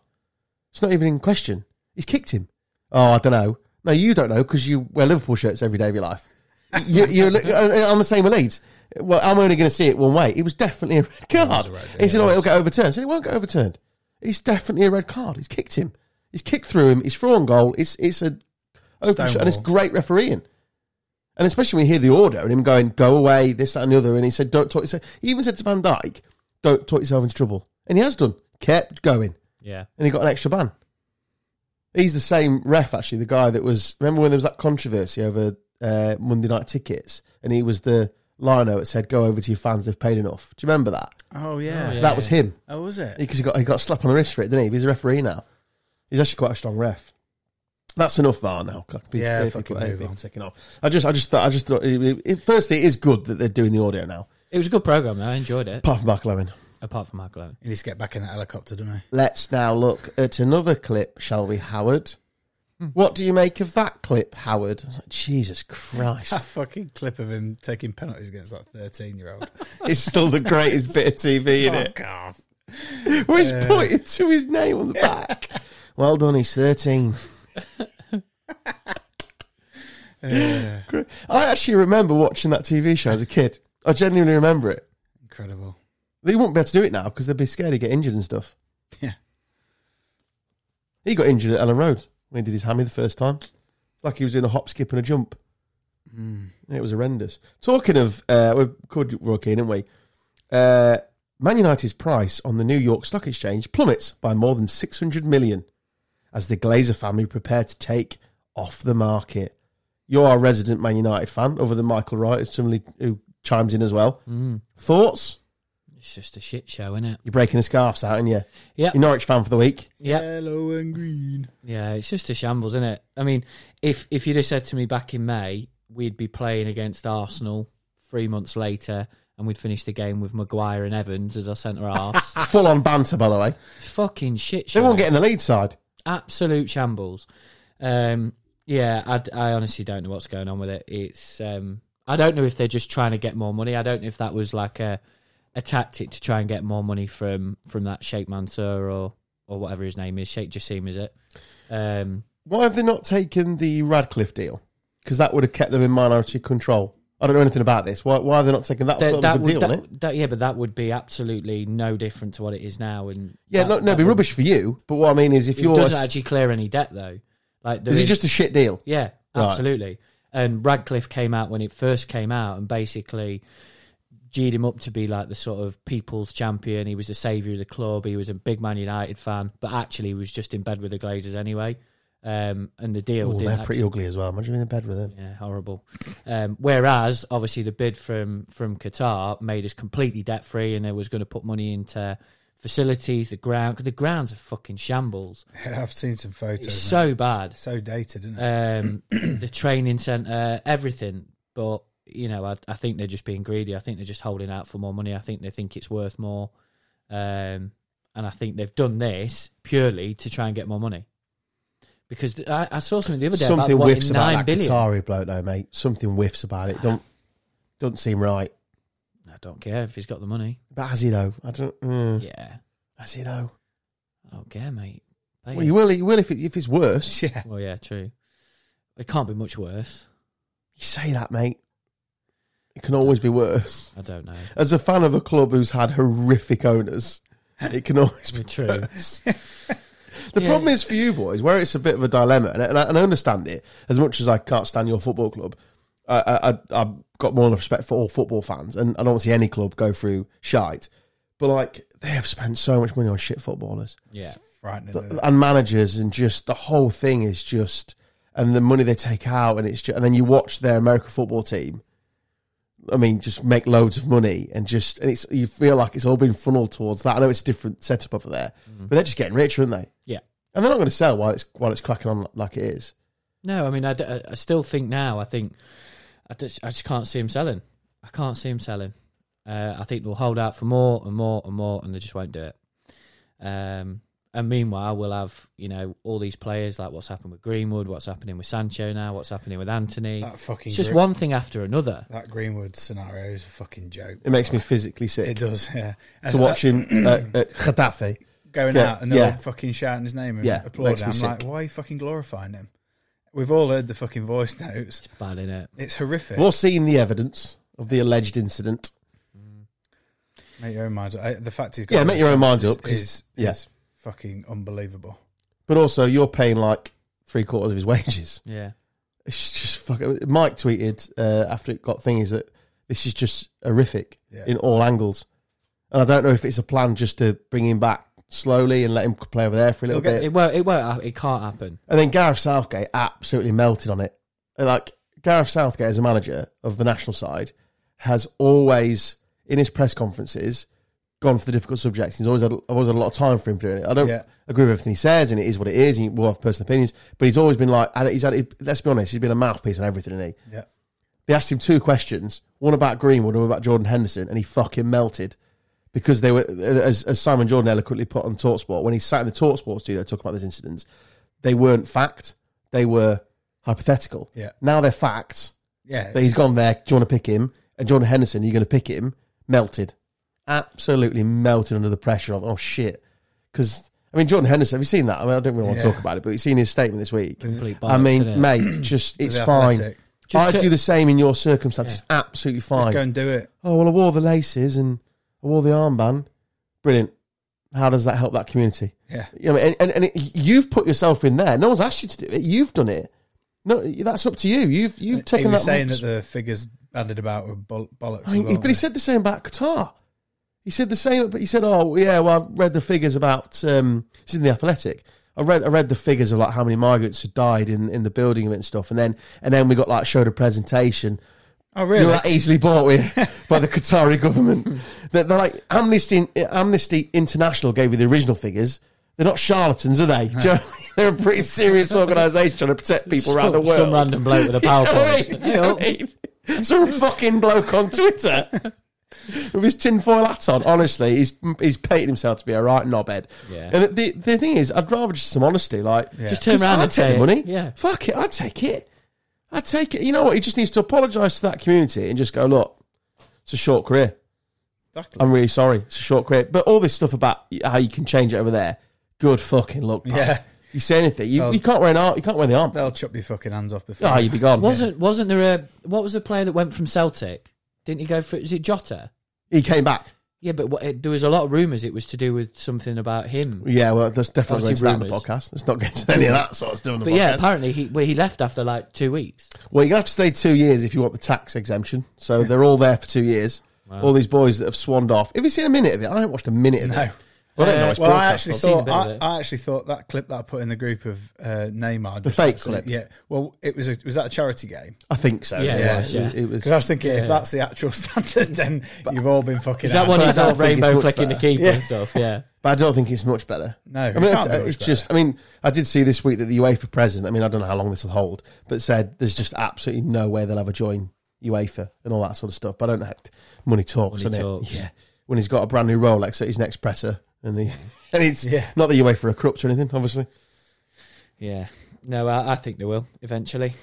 It's not even in question. He's kicked him." Oh, I don't know. No, you don't know because you wear Liverpool shirts every day of your life. you, you're I'm the same with Leeds. Well, I'm only going to see it one way. It was definitely a red card. he said, "Oh, it'll get overturned." I said, "It won't get overturned. It's definitely a red card. He's kicked him. He's kicked through him. He's through on goal. It's it's a open shot, and it's
Stonewall.
great refereeing." And especially when you hear the order and him going, go away, this, that, and the other. And he said, don't talk yourself. He even said to Van Dyke, don't talk yourself into trouble. And he has done, kept going.
Yeah.
And he got an extra ban. He's the same ref, actually, the guy that was. Remember when there was that controversy over uh, Monday night tickets? And he was the lino that said, go over to your fans, they've paid enough. Do you remember that?
Oh, yeah.
Oh, yeah.
that was him.
Oh, was it?
Because he got, he got a slap on the wrist for it, didn't he? He's a referee now. He's actually quite a strong ref. That's enough VAR now. God, people-
Yeah,
people-
fucking move
people
on.
ticking off. I just, I just thought, I just thought. It, it, firstly, it is good that they're doing the audio now.
It was a good programme though, I enjoyed it.
Apart from Mark Lewin,
Apart from Mark Lowell.
He needs to get back in that helicopter, doesn't he?
let's now look at another clip, shall we, Howard? What do you make of that clip, Howard? I was like, Jesus
That
Christ!
fucking clip of him taking penalties against that 13 year old.
it's still the greatest bit of TV, isn't it?
God.
Where he's pointing to his name on the back. well done, he's thirteen.
Yeah.
I actually remember watching that TV show as a kid. I genuinely remember it.
Incredible.
They won't be able to do it now because they'd be scared to get injured and stuff.
Yeah.
He got injured at Ellen Road when he did his hammy the first time. It's like he was doing a hop, skip, and a jump. It was horrendous. Talking of, uh, we're called Roy Keane, aren't we? Uh, Man United's price on the New York Stock Exchange plummets by more than 600 million as the Glazer family prepare to take off the market. You're our resident Man United fan, other than Michael Wright, who's somebody who chimes in as well. Thoughts?
It's just a shit show, isn't it?
You're breaking the scarves out, aren't you?
Yeah.
You're Norwich fan for the week.
Yeah.
Yellow and green.
Yeah, it's just a shambles, isn't it? I mean, if if you'd have said to me back in May, we'd be playing against Arsenal three months later and we'd finish the game with Maguire and Evans as our centre halves.
Full on banter, by the way.
It's fucking shit show.
They won't get in the lead side.
absolute shambles. Um, yeah, I, I honestly don't know what's going on with it. It's um, I don't know if they're just trying to get more money. I don't know if that was like a a tactic to try and get more money from from that Sheikh Mansour or or whatever his name is, Sheikh Jassim, is it? Um,
Why have they not taken the Radcliffe deal? Because that would have kept them in minority control. I don't know anything about this. Why, why are they not taking that? I thought
that, that
was a
would,
good deal,
that,
wasn't it?
that- yeah, but that would be absolutely no different to what it is now. And
Yeah,
that,
no, no,
that
it'd be
would-
rubbish for you. But what I mean is, if
It
you're,
doesn't
is
actually clear any debt though. Like there
it just a shit deal?
Yeah, absolutely. And Radcliffe came out when it first came out and basically G'd him up to be like the sort of people's champion. He was the saviour of the club. He was a big Man United fan, but actually he was just in bed with the Glazers anyway. Um, and the deal
Oh,
didn't
they're pretty
actually-
ugly as well. Imagine being in bed with them.
yeah, horrible. Um, whereas, obviously, the bid from from Qatar made us completely debt free, and they was going to put money into facilities, the ground. 'cause the ground's a fucking shambles.
I've seen some photos.
It's
It's
so bad
so dated, isn't it?
um, the training centre, everything. But you know, I, I think they're just being greedy. I think they're just holding out for more money. I think they think it's worth more, um, and I think they've done this purely to try and get more money. Because th- I, I saw something the other day
Something
about
whiffs
wanting
about
nine
that
billion.
Qatari bloke, though, mate. Something whiffs about it. Don't don't seem right.
I don't care if he's got the money.
But as you know, I don't. Mm,
Yeah,
As you know,
I don't care, mate. Pay
well,
him.
you will. You will if, it, if it's worse.
yeah.
well, yeah, true. It can't be much worse.
You say that, mate. It can always be worse.
I don't know.
As a fan of a club who's had horrific owners, it can always be
True.
The
Yeah.
problem is for you boys, where it's a bit of a dilemma, and I, and I and I understand it as much as I can't stand your football club. I, I, I- I've got more respect for all football fans, and I don't want to see any club go through shite. But like, they have spent so much money on shit footballers
Yeah,
Frightening.
Th-
isn't it?
and managers, and just the whole thing is just, and the money they take out, and it's just, and then you watch their American football team. I mean, just make loads of money, and just, and it's you feel like it's all been funneled towards that. I know it's a different setup over there, but they're just getting richer, aren't they?
yeah.
And they're not going to sell while it's while it's cracking on like it is.
No, I mean, I, d- I still think now. I think I just, I just can't see him selling. I can't see him selling. Uh, I think they'll hold out for more and more and more, and they just won't do it. Um, and meanwhile, we'll have you know all these players like what's happened with Greenwood, what's happening with Sancho now, what's happening with Anthony.
That fucking
It's just
group-
one thing after another.
That Greenwood scenario is a fucking joke.
It makes me physically sick
It does, yeah. And
to
that-
watching uh, uh, Gaddafi.
going
Yeah,
out and they're
yeah.
all fucking shouting his name and
Yeah, makes
applauding.
me
I'm like,
sick.
why are you fucking glorifying him? We've all heard the fucking voice notes.
Bad in it.
It's horrific.
We've all seen the evidence of the alleged incident.
Make your own mind up. I, the fact he's got
Yeah, make your own mind
is-
up, 'cause-
Is,
yeah.
is fucking unbelievable.
But also, you're paying like three quarters of his wages.
Yeah,
It's just fucking. Mike tweeted uh, after it got thingies that this is just horrific
Yeah.
in all angles. And I don't know if it's a plan just to bring him back slowly and let him play over there for a little
He'll
bit.
get-
it won't. It won't. hap- It can't happen.
And then Gareth Southgate absolutely melted on it. Like Gareth Southgate, as a manager of the national side, has always in his press conferences gone for the difficult subjects. He's always had, I've always had a lot of time for him doing it. I don't
Yeah.
agree with everything he says, and it is what it is. And we'll have personal opinions, but he's always been like, he's had. Let's be honest, he's been a mouthpiece on everything. Isn't he?
Yeah.
They asked him two questions, one about Greenwood, one about Jordan Henderson, and he fucking melted because they were, as, as Simon Jordan eloquently put on Talksport, when he sat in the Talksport studio talking about these incidents, they weren't fact, they were hypothetical.
Yeah.
Now they're facts.
Yeah.
That he's gone there. Do you want to pick him? And Jordan Henderson, you're going to pick him. Melted, absolutely melted under the pressure of oh shit. Because I mean, Jordan Henderson. Have you seen that? I mean, I don't really want to
Yeah.
talk about it, but you've seen his statement this week.
Complete
I
bollocks,
mean,
innit?
mate, just it's
The
fine.
athletic.
Just
I'd
to-
do the same in your circumstances. Absolutely fine.
Just go and do it.
oh well, I wore the laces and I wore the armband. Brilliant. How does that help that community?
Yeah.
You know, and and, and it, you've put yourself in there. No one's asked you to do it. You've done it. No, that's up to you. You've you've
He
taken
was
that.
saying that the figures banded about were boll- bollocks.
I mean, he-
weren't
but he
they?
said the same about Qatar. He said the same, but he said, "Oh yeah, well, I read the figures about um, it's in the Athletic. I read I read the figures of like how many migrants had died in, in the building of it and stuff, and then and then we got like showed a presentation.
oh, really?
You were that easily bought with by the Qatari government. They're, they're like Amnesty Amnesty International gave you the original figures. They're not charlatans, are they? Do you know what I mean? They're a pretty serious organisation trying to protect people around the
Some-
world.
Some random bloke with a
You know what I
PowerPoint.
mean? You know what I mean? Some fucking bloke on Twitter with his tinfoil hat on. Honestly, he's he's painting himself to be a right knobhead.
Yeah.
And the the thing is, I'd rather just some honesty. Like,
Just turn
'cause
around
I'd
and
take
say
the
it.
money.
Yeah.
fuck it, I'd take it. I'd take it. You know what? He just needs to apologise to that community and just go, look, it's a short career.
Exactly.
I'm really sorry. It's a short career. But all this stuff about how you can change it over there, Good fucking luck. Pal.
Yeah. Oh.
You say anything. You,
Well-
you can't wear an arm. You can't wear the arm.
They'll chop your fucking hands off before.
Ah, you'd be gone.
Wasn't wasn't there a what was the player that went from Celtic? Didn't he go for? Is it Jota?
He came back.
Yeah, but what, it, there was a lot of rumours it was to do with something about him.
Yeah, well, that's definitely going to
Obviously
that on the
rumours.
podcast. Let's not get into any of that sort of stuff on the
But
podcast.
yeah, apparently he well, he left after like two weeks.
well, you're going to have to stay two years if you want the tax exemption. So they're all there for two years. All these boys that have swanned off. Have you seen a minute of it? I haven't watched a minute of it.
No.
Well, I don't
Uh,
know. It's
Well, I
broadcast.
actually
I've seen a
thought
bit of
I,
it.
I actually thought that clip that I put in the group of uh, Neymar, just
fake
absolutely-
clip?
Yeah, well, it was a, was that a charity game?
I think so.
Yeah,
Yeah,
it was, yeah.
It was.
Because I was thinking, if that's the actual standard, then you've all been fucking.
Is that
out.
one
I
he's
don't
had
think it's
rainbow
much
flecking the
better.
keeper
Yeah.
and stuff? Yeah,
But I don't think it's much better.
No,
I
it
mean, it's,
can't be much
it's just. I mean, I did see this week that the UEFA president. I mean, I don't know how long this will hold, but said there's just absolutely no way they'll ever join UEFA and all that sort of stuff. But I don't know. Money talks,
Money
isn't
talks.
it? Yeah. When he's got a brand new Rolex at his next presser, and he and it's
Yeah.
not that UEFA are corrupt or anything, obviously.
yeah. No, I, I think they will eventually,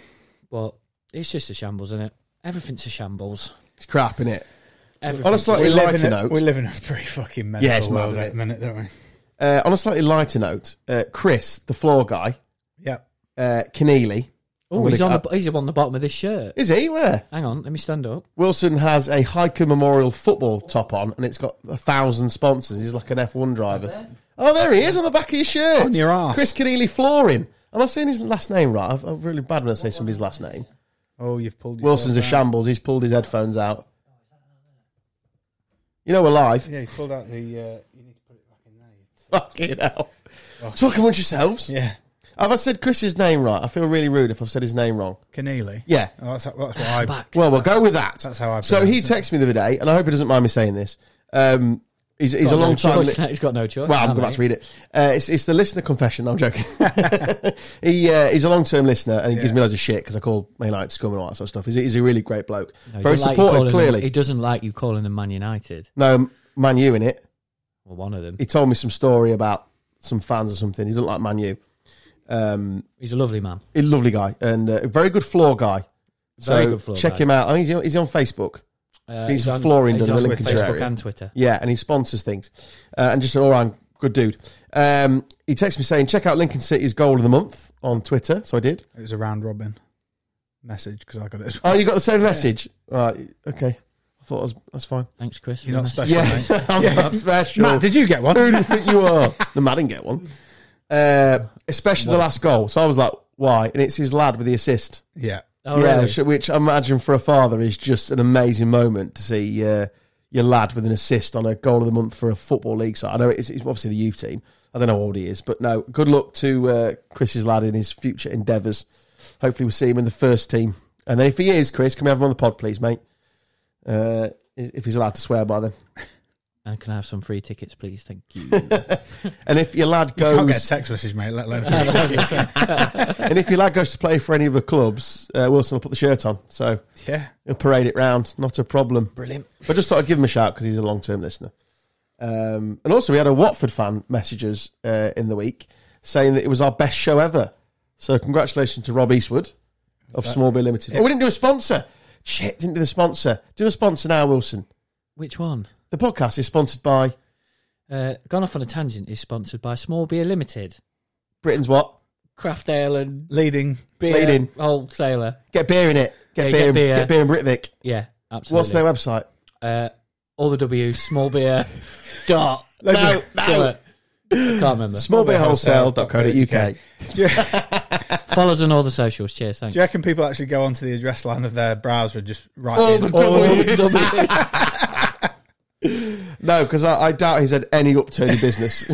but it's just a shambles, isn't it? Everything's a shambles.
It's crap, is it?
Everything's
On a slightly
we live,
lighter
in a,
note,
we live in a pretty fucking mental
Yeah, it's mad,
world
isn't
at
it?
the minute, don't we?
uh, on a slightly lighter note, uh, Chris, the floor guy,
Yeah.
uh, Keneally.
oh, he's on the, he's on the bottom of this shirt.
Is he? Where?
Hang on, let me stand up.
Wilson has a Hiker Memorial football top on, and it's got a thousand sponsors. He's like an F1 driver. Oh, there he is on the back of his shirt.
On your arse.
Chris Keneally flooring. Am I saying his last name right? I've- I'm really bad when I say somebody's last name.
Oh, you've pulled. yourself
Wilson's a
out.
shambles. He's pulled his headphones out. You know we're live.
Yeah, you pulled out the. Uh, you need to put it back in there.
Fucking hell. Talk amongst yourselves.
Yeah,
Have I said Chris's name right? I feel really rude if I've said his name wrong.
Keneally.
Yeah.
Oh, that's, that's what I.
Back.
Well, we'll go with that.
That's how I
So
pronounce
he
it.
texted me the other day, and I hope he doesn't mind me saying this. Um, he's he's a
Got no
long time.
choice. he's got no choice.
Well, I'm
now,
about
mate.
to read it. Uh, it's, it's the listener confession. No, I'm joking. he uh, he's a long term listener, and he gives me loads of shit because I call Man United scum and all that sort of stuff. He's, he's a really great bloke,
No, he
very
don't like you
supportive.
calling them-
clearly,
he doesn't like you calling them Man United.
no Man U in it.
Well, one of them.
He told me some story about some fans or something. He doesn't like Man U. Um,
He's a lovely man.
he's a lovely guy and uh, a very good floor guy. So
Very good floor
check
guy.
him out. I mean, he's, is he on Facebook.
Uh,
He's flooring
he's
the
on
Lincolnshire
Facebook
area.
and Twitter.
Yeah, and he sponsors things, uh, and just an all-round good dude. Um, he texts me saying, "Check out Lincoln City's goal of the month on Twitter." So I did.
It was a round robin message because I got it. as well.
Oh, you got the same message. Right. Okay. I thought that was, that's fine.
Thanks, Chris. for
You're
the
not
message.
special.
Yeah, I'm
mate.
not special.
Matt, did you get one?
Who do you think you are? no, Matt didn't get one. Uh, especially the last goal. So I was like, why? And it's his lad with the assist.
yeah.
Oh,
yeah,
really?
which, which I imagine for a father is just an amazing moment to see uh, your lad with an assist on a goal of the month for a football league side. I know it's, it's obviously the youth team. I don't know how old he is, but no, good luck to uh, Chris's lad in his future endeavours. Hopefully, we'll see him in the first team. And then if he is, Chris, can we have him on the pod, please, mate? Uh, if he's allowed to swear by then.
And Uh, can I have some free tickets, please? Thank you.
And if your lad
You can't get a
goes,
text message, mate. Let alone.
and if your lad goes to play for any of the clubs, uh, Wilson will put the shirt on, so
yeah.
he'll parade it round. Not a problem.
Brilliant.
But I just thought I'd give him a shout because he's a long term listener. Um, and also, we had a Watford fan messages uh, in the week saying that it was our best show ever. So, congratulations to Rob Eastwood of Small Beer Limited. Oh, we didn't do a sponsor. Shit, didn't do the sponsor. Do the sponsor now, Wilson.
Which one?
The podcast is sponsored by
Uh, Gone off on a tangent is sponsored by Small Beer Limited,
Britain's what?
craft ale and
Leading.
beer
Leading.
wholesaler.
Get beer in it. Get,
Yeah,
beer,
get
in
beer.
Get beer in Britvic.
Yeah, absolutely.
What's their website?
Uh, all the W small beer dot.
No, no.
something. I can't remember.
Smallbeerwholesale.co.uk.
Follow us on all the socials. Cheers. Thanks.
Do you reckon people actually go onto the address line of their browser and just write
All
in-
Oh,
"Oh,
the
all the-
W's. No, because I, I doubt he's had any upturn in business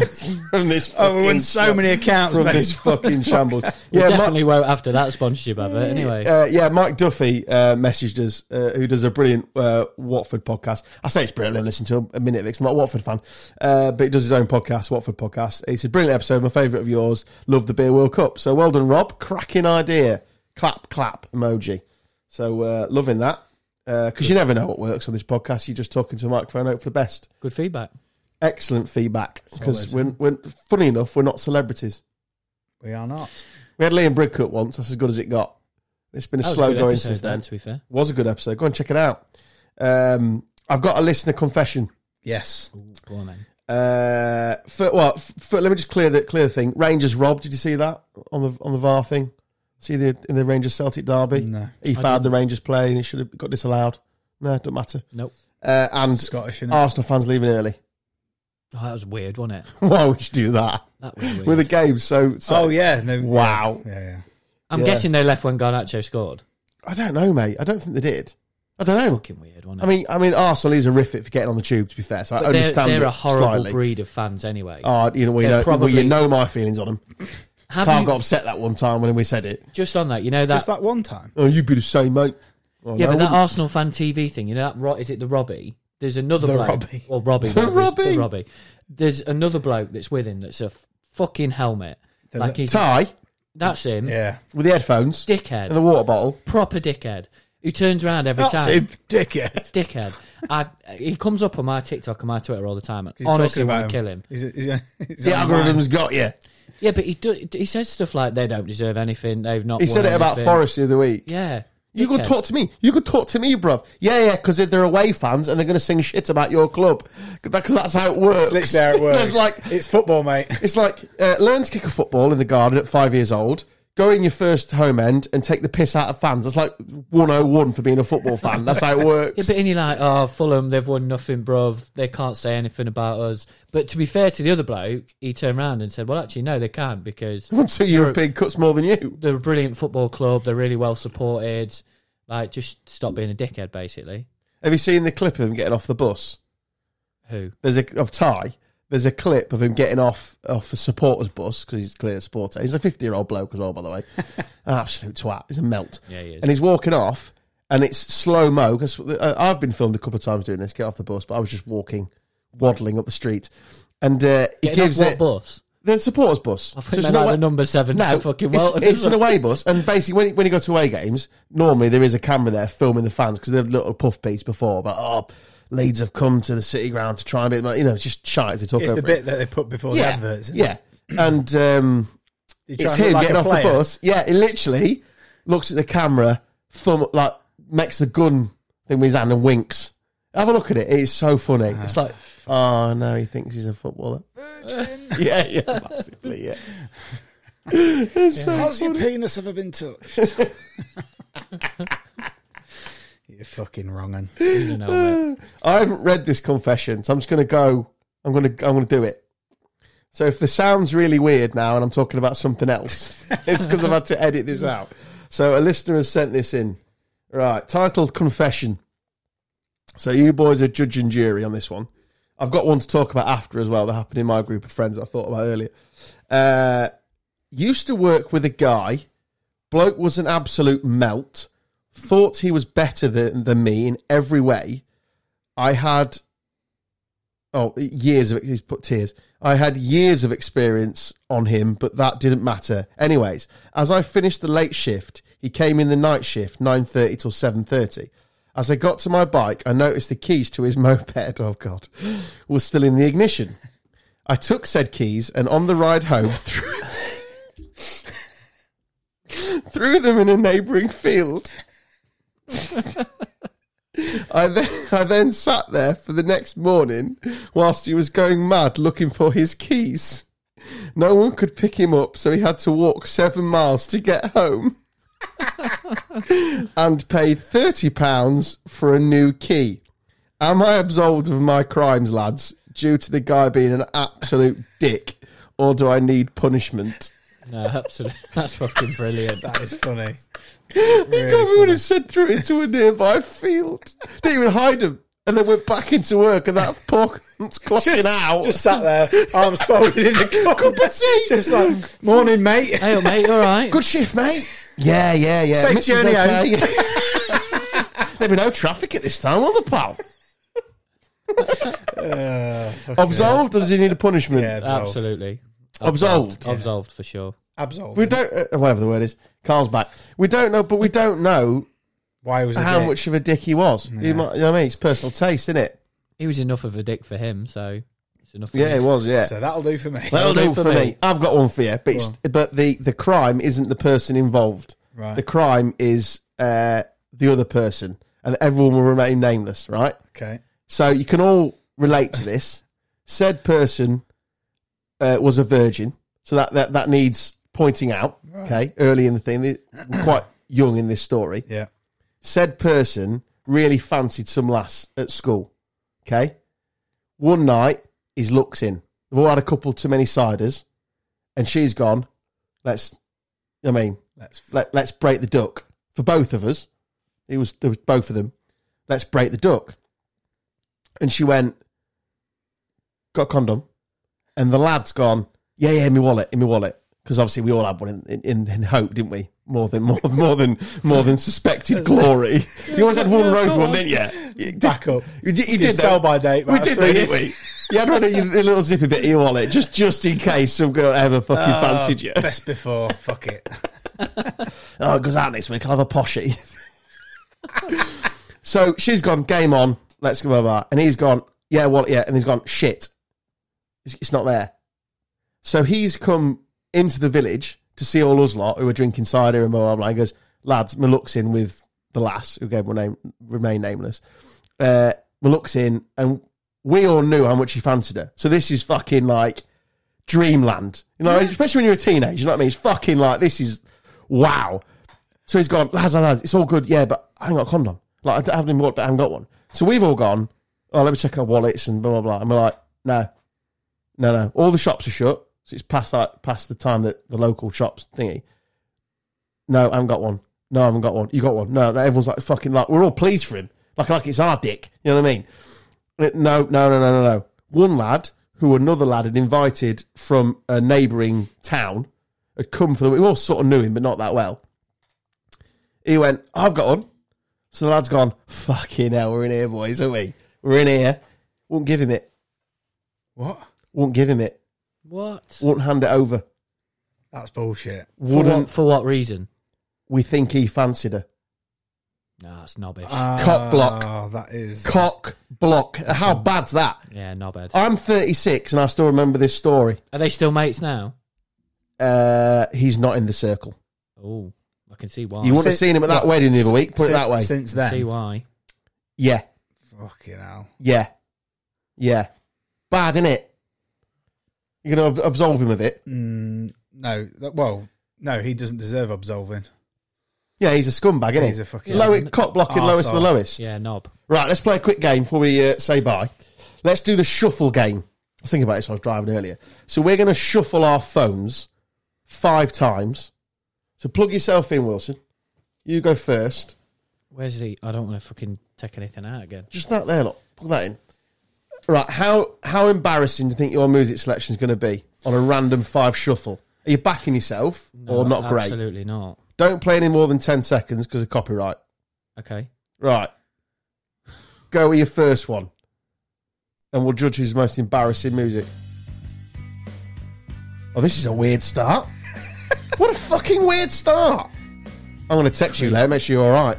from this.
Oh, we
fucking
win so
shambles.
many accounts,
from
mate.
this fucking shambles.
We
Yeah,
definitely
Mike,
won't after that sponsorship advert. Anyway,
uh, yeah. Mike Duffy uh, messaged us, uh, who does a brilliant uh, Watford podcast. I say it's brilliant. I listen to a minute of it. 'cause I'm not a Watford fan, uh, but he does his own podcast, Watford podcast. It's a brilliant episode. My favourite of yours. Love the beer World Cup. So well done, Rob. Cracking idea. Clap clap emoji. So uh, loving that. Because you never know what works on this podcast. You're just talking to a microphone, hope for the best.
good feedback.
excellent feedback because we're, we're funny enough we're not celebrities
We are not.
we had liam bridcut once that's as good as it got it's been a
That was a
slow
good
going
episode,
since then
that, To be fair,
was a good episode go and check it out um, i've got a listener confession
Yes.
Ooh, go on then.
Uh, for, well, f- for, let me just clear the clear the thing. Rangers Rob, did you see that on the on the VAR thing? See the in the Rangers Celtic derby,
No.
he fouled the Rangers play and he should have got disallowed. No, it doesn't matter.
Nope.
Uh, and
Scottish, innit?
Arsenal fans leaving early.
Oh, that was weird, wasn't it?
Why would you do that
That was weird.
with a game so? so
oh yeah, no, yeah.
Wow.
yeah, yeah.
I'm
yeah.
guessing they left when Garnacho scored.
I don't know, mate. I don't think they did. I don't know.
Fucking weird, wasn't it?
I mean, I mean, Arsenal is horrific for getting on the tube. To be fair, so I
but they're,
understand
they're
it
a horrible
slightly.
breed of fans anyway.
Oh, you know, we
They're
know, well, you
probably-
know my feelings on them.
Have
Carl
you-
got upset that one time when we said it.
just on that, you know that.
Just that one time.
Oh, you'd be the same, mate. Oh,
yeah,
no, I
but that
wouldn't.
Arsenal fan TV thing, you know that. Ro- is it the Robbie? There's another
The
bloke.
Robbie.
Well, Robbie.
The
no, there's-
Robbie.
The Robbie. There's another bloke that's with him. That's a f- fucking helmet. like he's
tie
that's him.
Yeah,
with the headphones
Dickhead.
and the water bottle.
proper dickhead who turns around every
that's
time.
him, dickhead.
Dickhead. I, he comes up on my TikTok and my Twitter all the time.
You're talking
Honestly,
about
want to
him.
kill him.
He's, he's, he's
The
online.
algorithm's got you.
Yeah, but he do, he says stuff like they don't deserve anything. They've not.
He
won
said it about
anything."
Forest the other week.
Yeah.
You could
Dickhead.
talk to me. You could talk to me, bruv. Yeah, yeah, because they're away fans and they're going to sing shit about your club. Because that's how it works.
It's literally how it works.
There's like
it's football, mate.
It's like uh, learn to kick a football in the garden at five years old. Go in your first home end and take the piss out of fans. That's like 101 for being a football fan. That's how it works.
Yeah, but and you're like, oh, Fulham, they've won nothing, bruv. They can't say anything about us. But to be fair to the other bloke, he turned around and said, well, actually, no, they can't because
You've won two European cups more than you.
they're a brilliant football club. They're really well supported. Like, just stop being a dickhead, basically.
Have you seen the clip of him getting off the bus?
Who?
There's a of Ty. There's a clip of him getting off off a supporters bus because he's clearly a supporter. He's a 50 year old bloke as well, by the way. An absolute twat. He's a melt.
Yeah, he is.
And he's walking off, and it's slow mo because I've been filmed a couple of times doing this. Get off the bus, but I was just walking, waddling up the street, and uh, he
Getting
gives
off what
it.
bus?
The supporters bus.
I
So
thought
it's
you
an
meant like
away-
the number seven
no,
to fucking
it's,
Welton.
it's an away bus, and basically when when you go to away games, normally there is a camera there filming the fans because they're a little puff piece before. But oh, Leeds have come to the city ground to try and beat, them. you know, it's just shite as they talk
It's
over
the
it.
bit that they put before the
yeah,
adverts. isn't
yeah,
it?
and um,
You try
it's
and look
him
like
getting
a
off the
player.
bus. Yeah, he literally looks at the camera, thumb like makes the gun thing with his hand and winks. Have a look at it. It's so funny. it's
Ah.
like, oh no, he thinks he's a footballer. yeah, yeah, massively, yeah.
How's your penis ever been touched? You're fucking wrongin'.
He's an helmet.
I haven't read this confession, so I'm just going to go. I'm going to I'm going to do it. So if the sound's really weird now, and I'm talking about something else, it's because I've had to edit this out. So a listener has sent this in. Right, titled confession. So you boys are judge and jury on this one. I've got one to talk about after as well. That happened in my group of friends that I thought about earlier. Uh, used to work with a guy. Bloke was an absolute melt. Thought he was better than, than me in every way. I had oh years of he's put tears. I had years of experience on him, but that didn't matter. Anyways, as I finished the late shift, he came in the night shift, nine thirty till seven thirty. As I got to my bike, I noticed the keys to his moped. Oh God, were still in the ignition. I took said keys and on the ride home threw, threw them in a neighbouring field. I then, I then sat there for the next morning whilst he was going mad looking for his keys. No one could pick him up, so he had to walk seven miles to get home and pay £30 for a new key. Am I absolved of my crimes, lads, due to the guy being an absolute dick, or do I need punishment?
No, absolutely. That's fucking brilliant.
That is funny.
Everyone has sent through into a nearby field. Didn't even hide him. And then went back into work, and that poor cunt's clocking
Just,
out.
just sat there, arms folded in the cup.
Cup of tea.
Just like, morning, mate.
Hey, up, mate, you all right?
Good shift, mate. Yeah, yeah, yeah.
Safe
Missus
journey
okay. There'd be no traffic at this time, will there, pal? Absolved, or does he need a punishment?
Yeah, absolved.
Absolutely.
Absolved.
Absolved for sure.
Absolved.
We don't, uh, whatever the word is. Carl's back. We don't know, but we don't know
Why was it?
how
there?
much of a dick he was. He might, you know what I mean? It's personal taste, isn't it?
He was enough of a dick for him, so it's enough. for
Yeah, it
him.
was. Yeah.
So that'll do for me.
That'll
That'll
do for me. I've got one for you, but it's, but the the crime isn't the person involved.
Right.
The crime is uh, the other person, and everyone will remain nameless. Right.
Okay.
So you can all relate to this. said person uh, was a virgin, so that that, that needs pointing out. Okay, early in the thing, they- we're quite young in this story.
Yeah.
Said person really fancied some lass at school. Okay, one night his looks in. They've all had a couple too many ciders, and she's gone. Let's, I mean,
That's f-
let, let's break the duck for both of us. It was there was both of them. Let's break the duck. And she went, got a condom, and the lad's gone. Yeah, yeah, in my wallet, in my wallet. Because obviously we all had one in, in, in hope, didn't we? More than more than more than more than suspected glory. You always had one
Yeah, go
rogue one,
on.
didn't you? you? did-
back up.
You did, you
Your
did
sell
though.
by date,
We
about
did,
three
though, didn't we?
years.
You had one in your little zippy bit of your wallet, just just in case some girl ever fucking
Ah.
fancied you.
Uh, Best before. Fuck it.
Oh, it goes out next week. I'll have a poshie. so she's gone, game on. Let's go over. And he's gone, yeah, well, yeah. And he's gone, shit. It's, it's not there. So he's come into the village to see all us lot who are drinking cider and blah, blah, blah. He goes, lads, Maluk's in with the lass who gave my name, remain nameless. Uh, Maluk's in, and we all knew how much he fancied her. So this is fucking like dreamland. You know, especially when you're a teenager, you know what I mean? It's fucking like, this is wow. So he's gone, lads, lads, lads, it's all good, yeah, but I ain't got a condom. Like, I haven't even walked, I haven't got one. So we've all gone, oh, let me check our wallets and blah, blah, blah. And we're like, no, no, no. All the shops are shut. So it's past like, past the time that the local shops thingy. No, I haven't got one. No, I haven't got one. You got one. No, no, everyone's like, fucking, like, we're all pleased for him. Like, like it's our dick. You know what I mean? No, no, no, no, no, no. One lad who another lad had invited from a neighbouring town had come for the. We all sort of knew him, but not that well. He went, "I've got one." So the lad's gone. Fucking hell, we're in here, boys, aren't we? We're in here. Won't give him it.
What?
Won't give him it.
What?
Won't hand it over.
That's bullshit.
For
Wouldn't.
what, for what reason?
We think he fancied her.
Nah, it's knobbish.
Uh, Cock block.
Oh, that is.
Cock block. How bad's that?
yeah, knobhead.
I'm 36 and I still remember this story.
Are they still mates now?
Uh, he's not in the circle.
Oh, I can see why.
You wouldn't have seen him at that wedding the other week. Put
Sin-
it that way.
Since
see
then.
why?
Yeah.
Fucking hell.
Yeah. Yeah. Bad, innit? You're going to absolve him of it.
Mm, no. that- well, no, he doesn't deserve absolving.
Yeah, he's a scumbag, isn't he?
He's a fucking-
Low, cop blocking lowest of the
Arsehole.
lowest.
Yeah, knob.
Right, let's play a quick game before we uh, say bye. Let's do the shuffle game. I was thinking about this when I was driving earlier. So we're going to shuffle our phones five times. So plug yourself in, Wilson. You go first.
Where's he? I don't want to fucking take anything out again.
Just that there, look. Plug that in. Right, how how embarrassing do you think your music selection is going to be on a random five shuffle? Are you backing yourself or not great?
Absolutely not.
Don't play any more than 10 seconds because of copyright.
Okay.
Right. Go with your first one. And we'll judge who's the most embarrassing music. Oh, this is a weird start. what a fucking weird start. I'm going to text you later, make sure you're alright.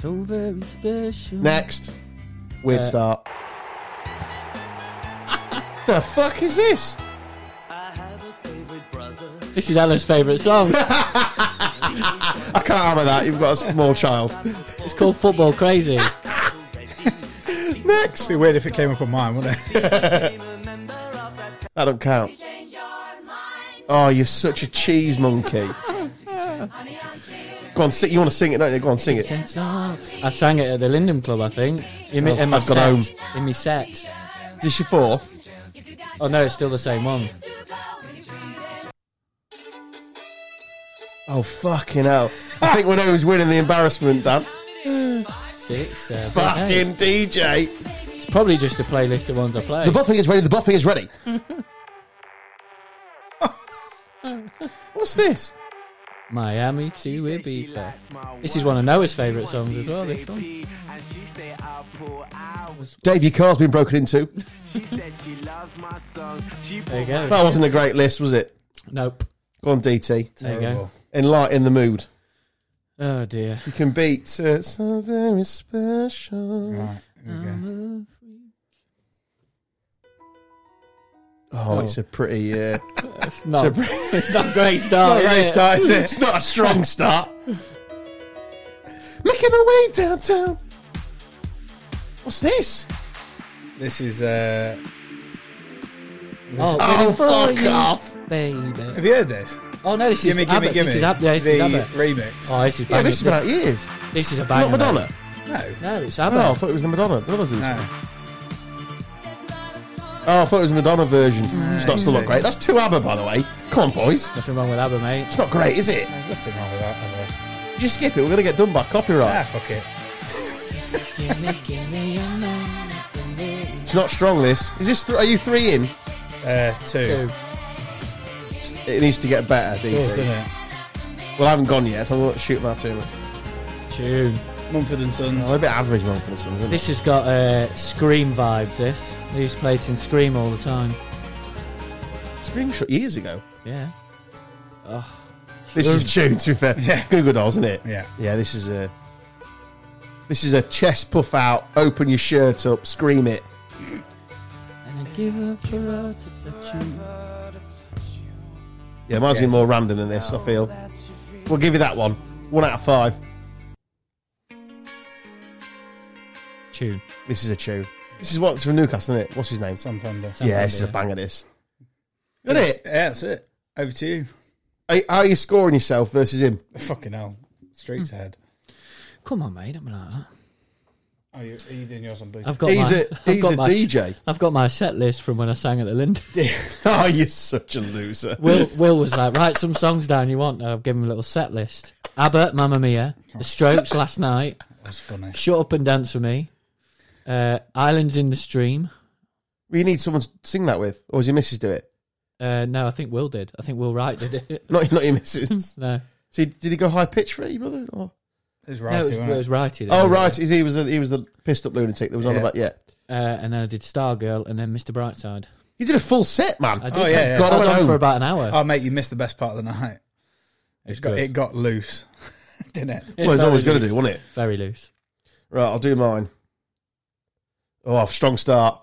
So very special.
Next. Weird
Uh,
start. the fuck is this?
This is Alan's favourite song.
I can't hammer that. You've got a small child.
it's called Football Crazy.
Next.
It'd be weird if it came up on mine, wouldn't it?
That don't count. Oh, you're such a cheese monkey. Go on, sing. You want to sing it, don't you? Go on, sing it.
I sang it at the Linden Club, I think. In, me,
Oh,
in my
I've gone
set.
home.
In my set.
Is this your fourth?
Oh no, it's still the same one.
Oh, fucking hell. I think we know who's winning the embarrassment, Dan.
Six, seven, eight.
Fucking DJ.
It's probably just a playlist of ones I play.
The buffing is ready. The buffing is ready. What's this?
Miami to Ibiza. This is one of Noah's favourite songs as well. This one.
Dave, your car's been broken into.
There you go.
That wasn't a great list, was it?
Nope.
Go on, DT.
There you go.
Enlighten the mood.
Oh dear.
You can beat uh, so very special.
Right, here we go.
Um,
Oh, it's a pretty. Uh,
It's not. It's not a great start.
not a
is
great
it?
start, is it? It's not a strong start. Making my way downtown. What's this?
This is uh,
Oh,
Oh,
for
fuck
you,
off.
baby.
Have you heard this?
Oh no, this is
Gimme, gimme,
Abbott.
gimme.
This is Ab- yeah, this
the
is Abbott.
remix.
Oh, this is
Yeah,
banger.
this has been out years.
This is a
Not
banger.
Madonna.
mate.
no,
No, it's
Oh, I
Abbott.
thought it was the Madonna. Madonna's in this
no.
one. Oh, I thought it was the Madonna version. it's not still
see.
not great. That's two ABBA, by the way. Come on, boys.
Nothing wrong with ABBA, mate.
It's not great, is it?
There's nothing wrong with that. have there?
Just skip it. We're going to get done by copyright.
Ah, fuck it.
It's not strong. This is this. Th- are you three in?
Uh, two.
Two.
It needs to get better.
It does,
DT.
doesn't it?
Well, I haven't gone yet, so I'm not shooting that too much.
Tune.
Mumford and Sons.
I'm a bit average man for this one, isn't it?
This has got uh, Scream vibes. This they used to play it in Scream all the time.
Screenshot years ago.
Yeah.
This is tuned to be fair.
Yeah.
Google Dolls, isn't it?
Yeah.
Yeah. This is a. This is a chest puff out. Open your shirt up. Scream it.
And I give up for all to touch you.
Yeah, mine's
Yeah,
been
so-
more random than this. I feel. We'll give you that one. One out of five.
Tune.
This is a chew. This is what's from Newcastle, isn't it? What's his name?
Some thunder.
Sounds
yeah,
like
this is a
it.
banger. This. Isn't it?
Yeah, that's it. Over to you.
Are, are you scoring yourself versus him?
Fucking hell. Streets
Hmm.
ahead.
Come on, mate. I'm like that.
Oh, you, are you doing yours on boots?
I've got
he's
my.
a
I've
he's
got
a
my,
DJ.
I've got my set list from when I sang at the Lind.
Oh, you're such a loser.
Will Will was like, write some songs down you want. And I've given him a little set list. Abbott, Mamma Mia, The Strokes last night,
That's funny.
Shut Up and Dance with Me, uh, Islands in the Stream.
We need someone to sing that with, or does your missus do it?
Uh, no, I think Will did. I think Will Wright did it.
Not not your missus.
no,
so did he go high pitch for it, your brother? Or?
It's
no,
right.
it was, it was Wrighty. that
Oh
did it.
right, he was a, he was the pissed up lunatic that was on
Yeah.
about yeah.
Uh, and then I did Stargirl and then Mr. Brightside.
He did a full set, man.
I did.
Oh, yeah, yeah.
God,
I was
I know.
on for about an hour.
Oh, mate, you missed the best part of the night. It got,
good.
it got loose, didn't it?
well, it's
very
always going to
loose.
do, wasn't it?
Very loose.
Right, I'll do mine. Oh, I've strong start.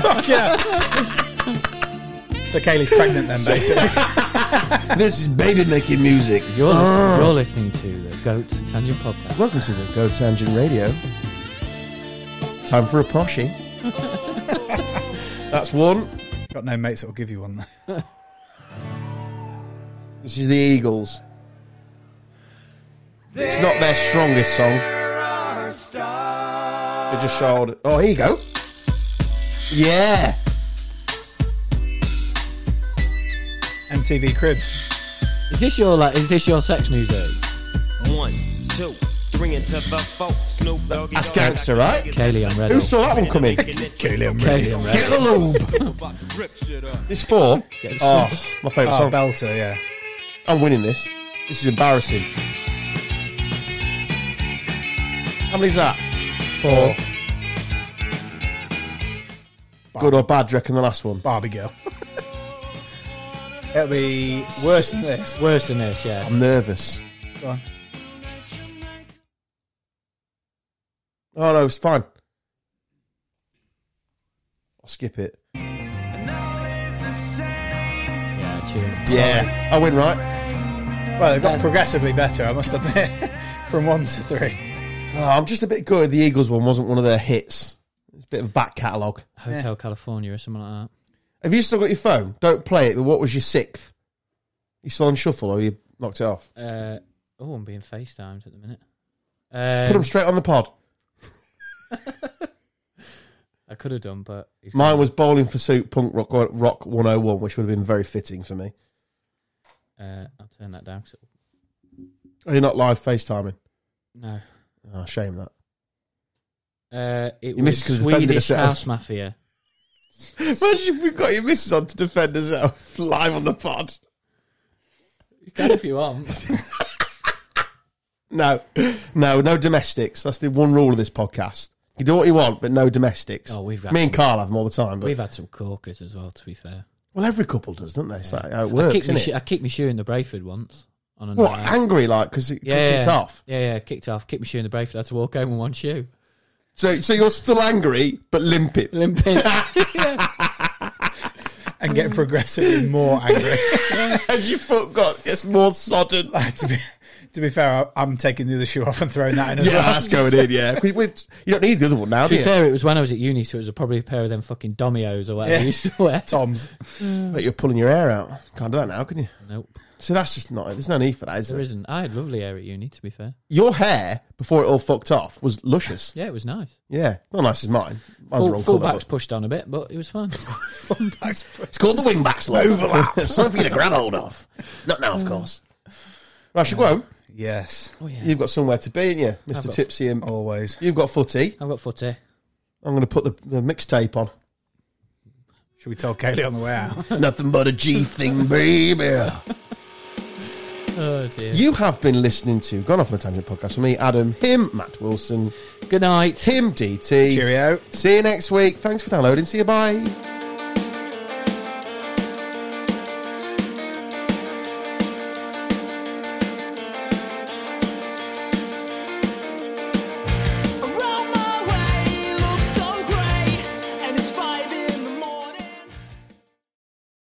Fuck yeah. so Kaylee's pregnant then, basically.
this is baby making music.
You're, listening, you're listening to the Goat Tangent Podcast.
Welcome to the Go Tangent Radio. Time for a poshie. That's one.
got no mates that will give you one though.
This is the Eagles. It's not their strongest song. They just shouted. Oh, here you go. Yeah.
MTV Cribs.
Is this your like? Is this your sex music?
One, two, three into the four. Snoop Doggy
That's
Dogg.
gangster, right?
Kaylee, I'm ready.
Who saw that one coming? Get
Kaylee, I'm ready.
the lube.
Rip shit up.
This four. Oh, my favourite
Oh,
song.
Belter, yeah.
I'm winning this. This is embarrassing. How many's that?
Four.
Good or bad? Do you reckon the last one?
Barbie Girl. It'll be worse than this.
Worse than this, yeah.
I'm nervous.
Go on.
Oh no, it's fine. I'll skip it.
Yeah, tune.
Yeah, I win, right?
Well, it got progressively better, I must admit, from one to three.
Oh, I'm just a bit good. The Eagles one wasn't one of their hits. It's a bit of a back catalogue.
Hotel California or something like
Have you still got your phone? Don't play it, but what was your sixth? You still on shuffle or you knocked it off?
that. Uh, oh, I'm being FaceTimed at the minute.
Put them
Um,
straight on the pod.
Uh, I could have done, but he's
Mine was Bowling for Soup Punk Rock, rock 101, which would have been very fitting for me.
Uh, I'll turn that down. 'cause it-
Are you not live FaceTiming?
no,
Oh, shame that.
uh, it
You
was
missed 'cause it offended
Swedish
herself.
House Mafia.
Imagine if we've got your missus on to defend herself live on the pod.
You can if you want.
No, no, no domestics. That's the one rule of this podcast. You do what you want, but no domestics.
Oh, we've got
me and
some-
Carl have them all the time. But
We've had some corkers as well. To be fair,
well, every couple does, don't they? It's like how it
I
works,
kicked,
isn't
my
it?
shoe, I kicked my shoe in the Brayford once on a
What
night out.
angry like because it
Yeah,
kicked
yeah.
off.
Yeah, yeah, kicked off. Kicked my shoe in the Brayford. I had to walk home in one shoe.
So, so you're still angry but limping.
Limping.
And and getting progressively more angry.
As your foot got gets more sodden.
Like, to be to be fair, I- I'm taking the other shoe off and throwing that in as
Yeah,
well.
that's going in. Yeah, We- we- you don't need the other one now,
To
do
be
you?
fair, it was when I was at uni, so it was probably a pair of them fucking domios or whatever
Yeah.
you used to wear.
Tom's.
But you're pulling your hair out. Can't do that now, can you?
Nope,
So that's just not. There's no need for that, is there?
there isn't. I had lovely hair at uni. To be fair,
Your hair before it all fucked off was luscious.
yeah, it was nice.
Yeah, not nice as mine. Mine's the
Full,
wrong
full
colour.
backs
but-
pushed on a bit, but it was fun.
It's called the wingback's love. Overlap. it's something for you to grab hold of. Not now, of course. Right, Shagwon,
Yes,
you've got somewhere to be, ain't you, Mister
got-
Tipsy? And
always.
you've got footy.
I've got footy.
I'm going to put the, the mixtape on.
Should we tell Kaylee on the way out?
Nothing but a G thing, baby.
Oh dear.
You have been listening to Gone Off on a Tangent podcast with me, Adam, him, Matt Wilson,
Good night.
Tim DT.
Cheerio.
See you next week. Thanks for downloading. See you. Bye.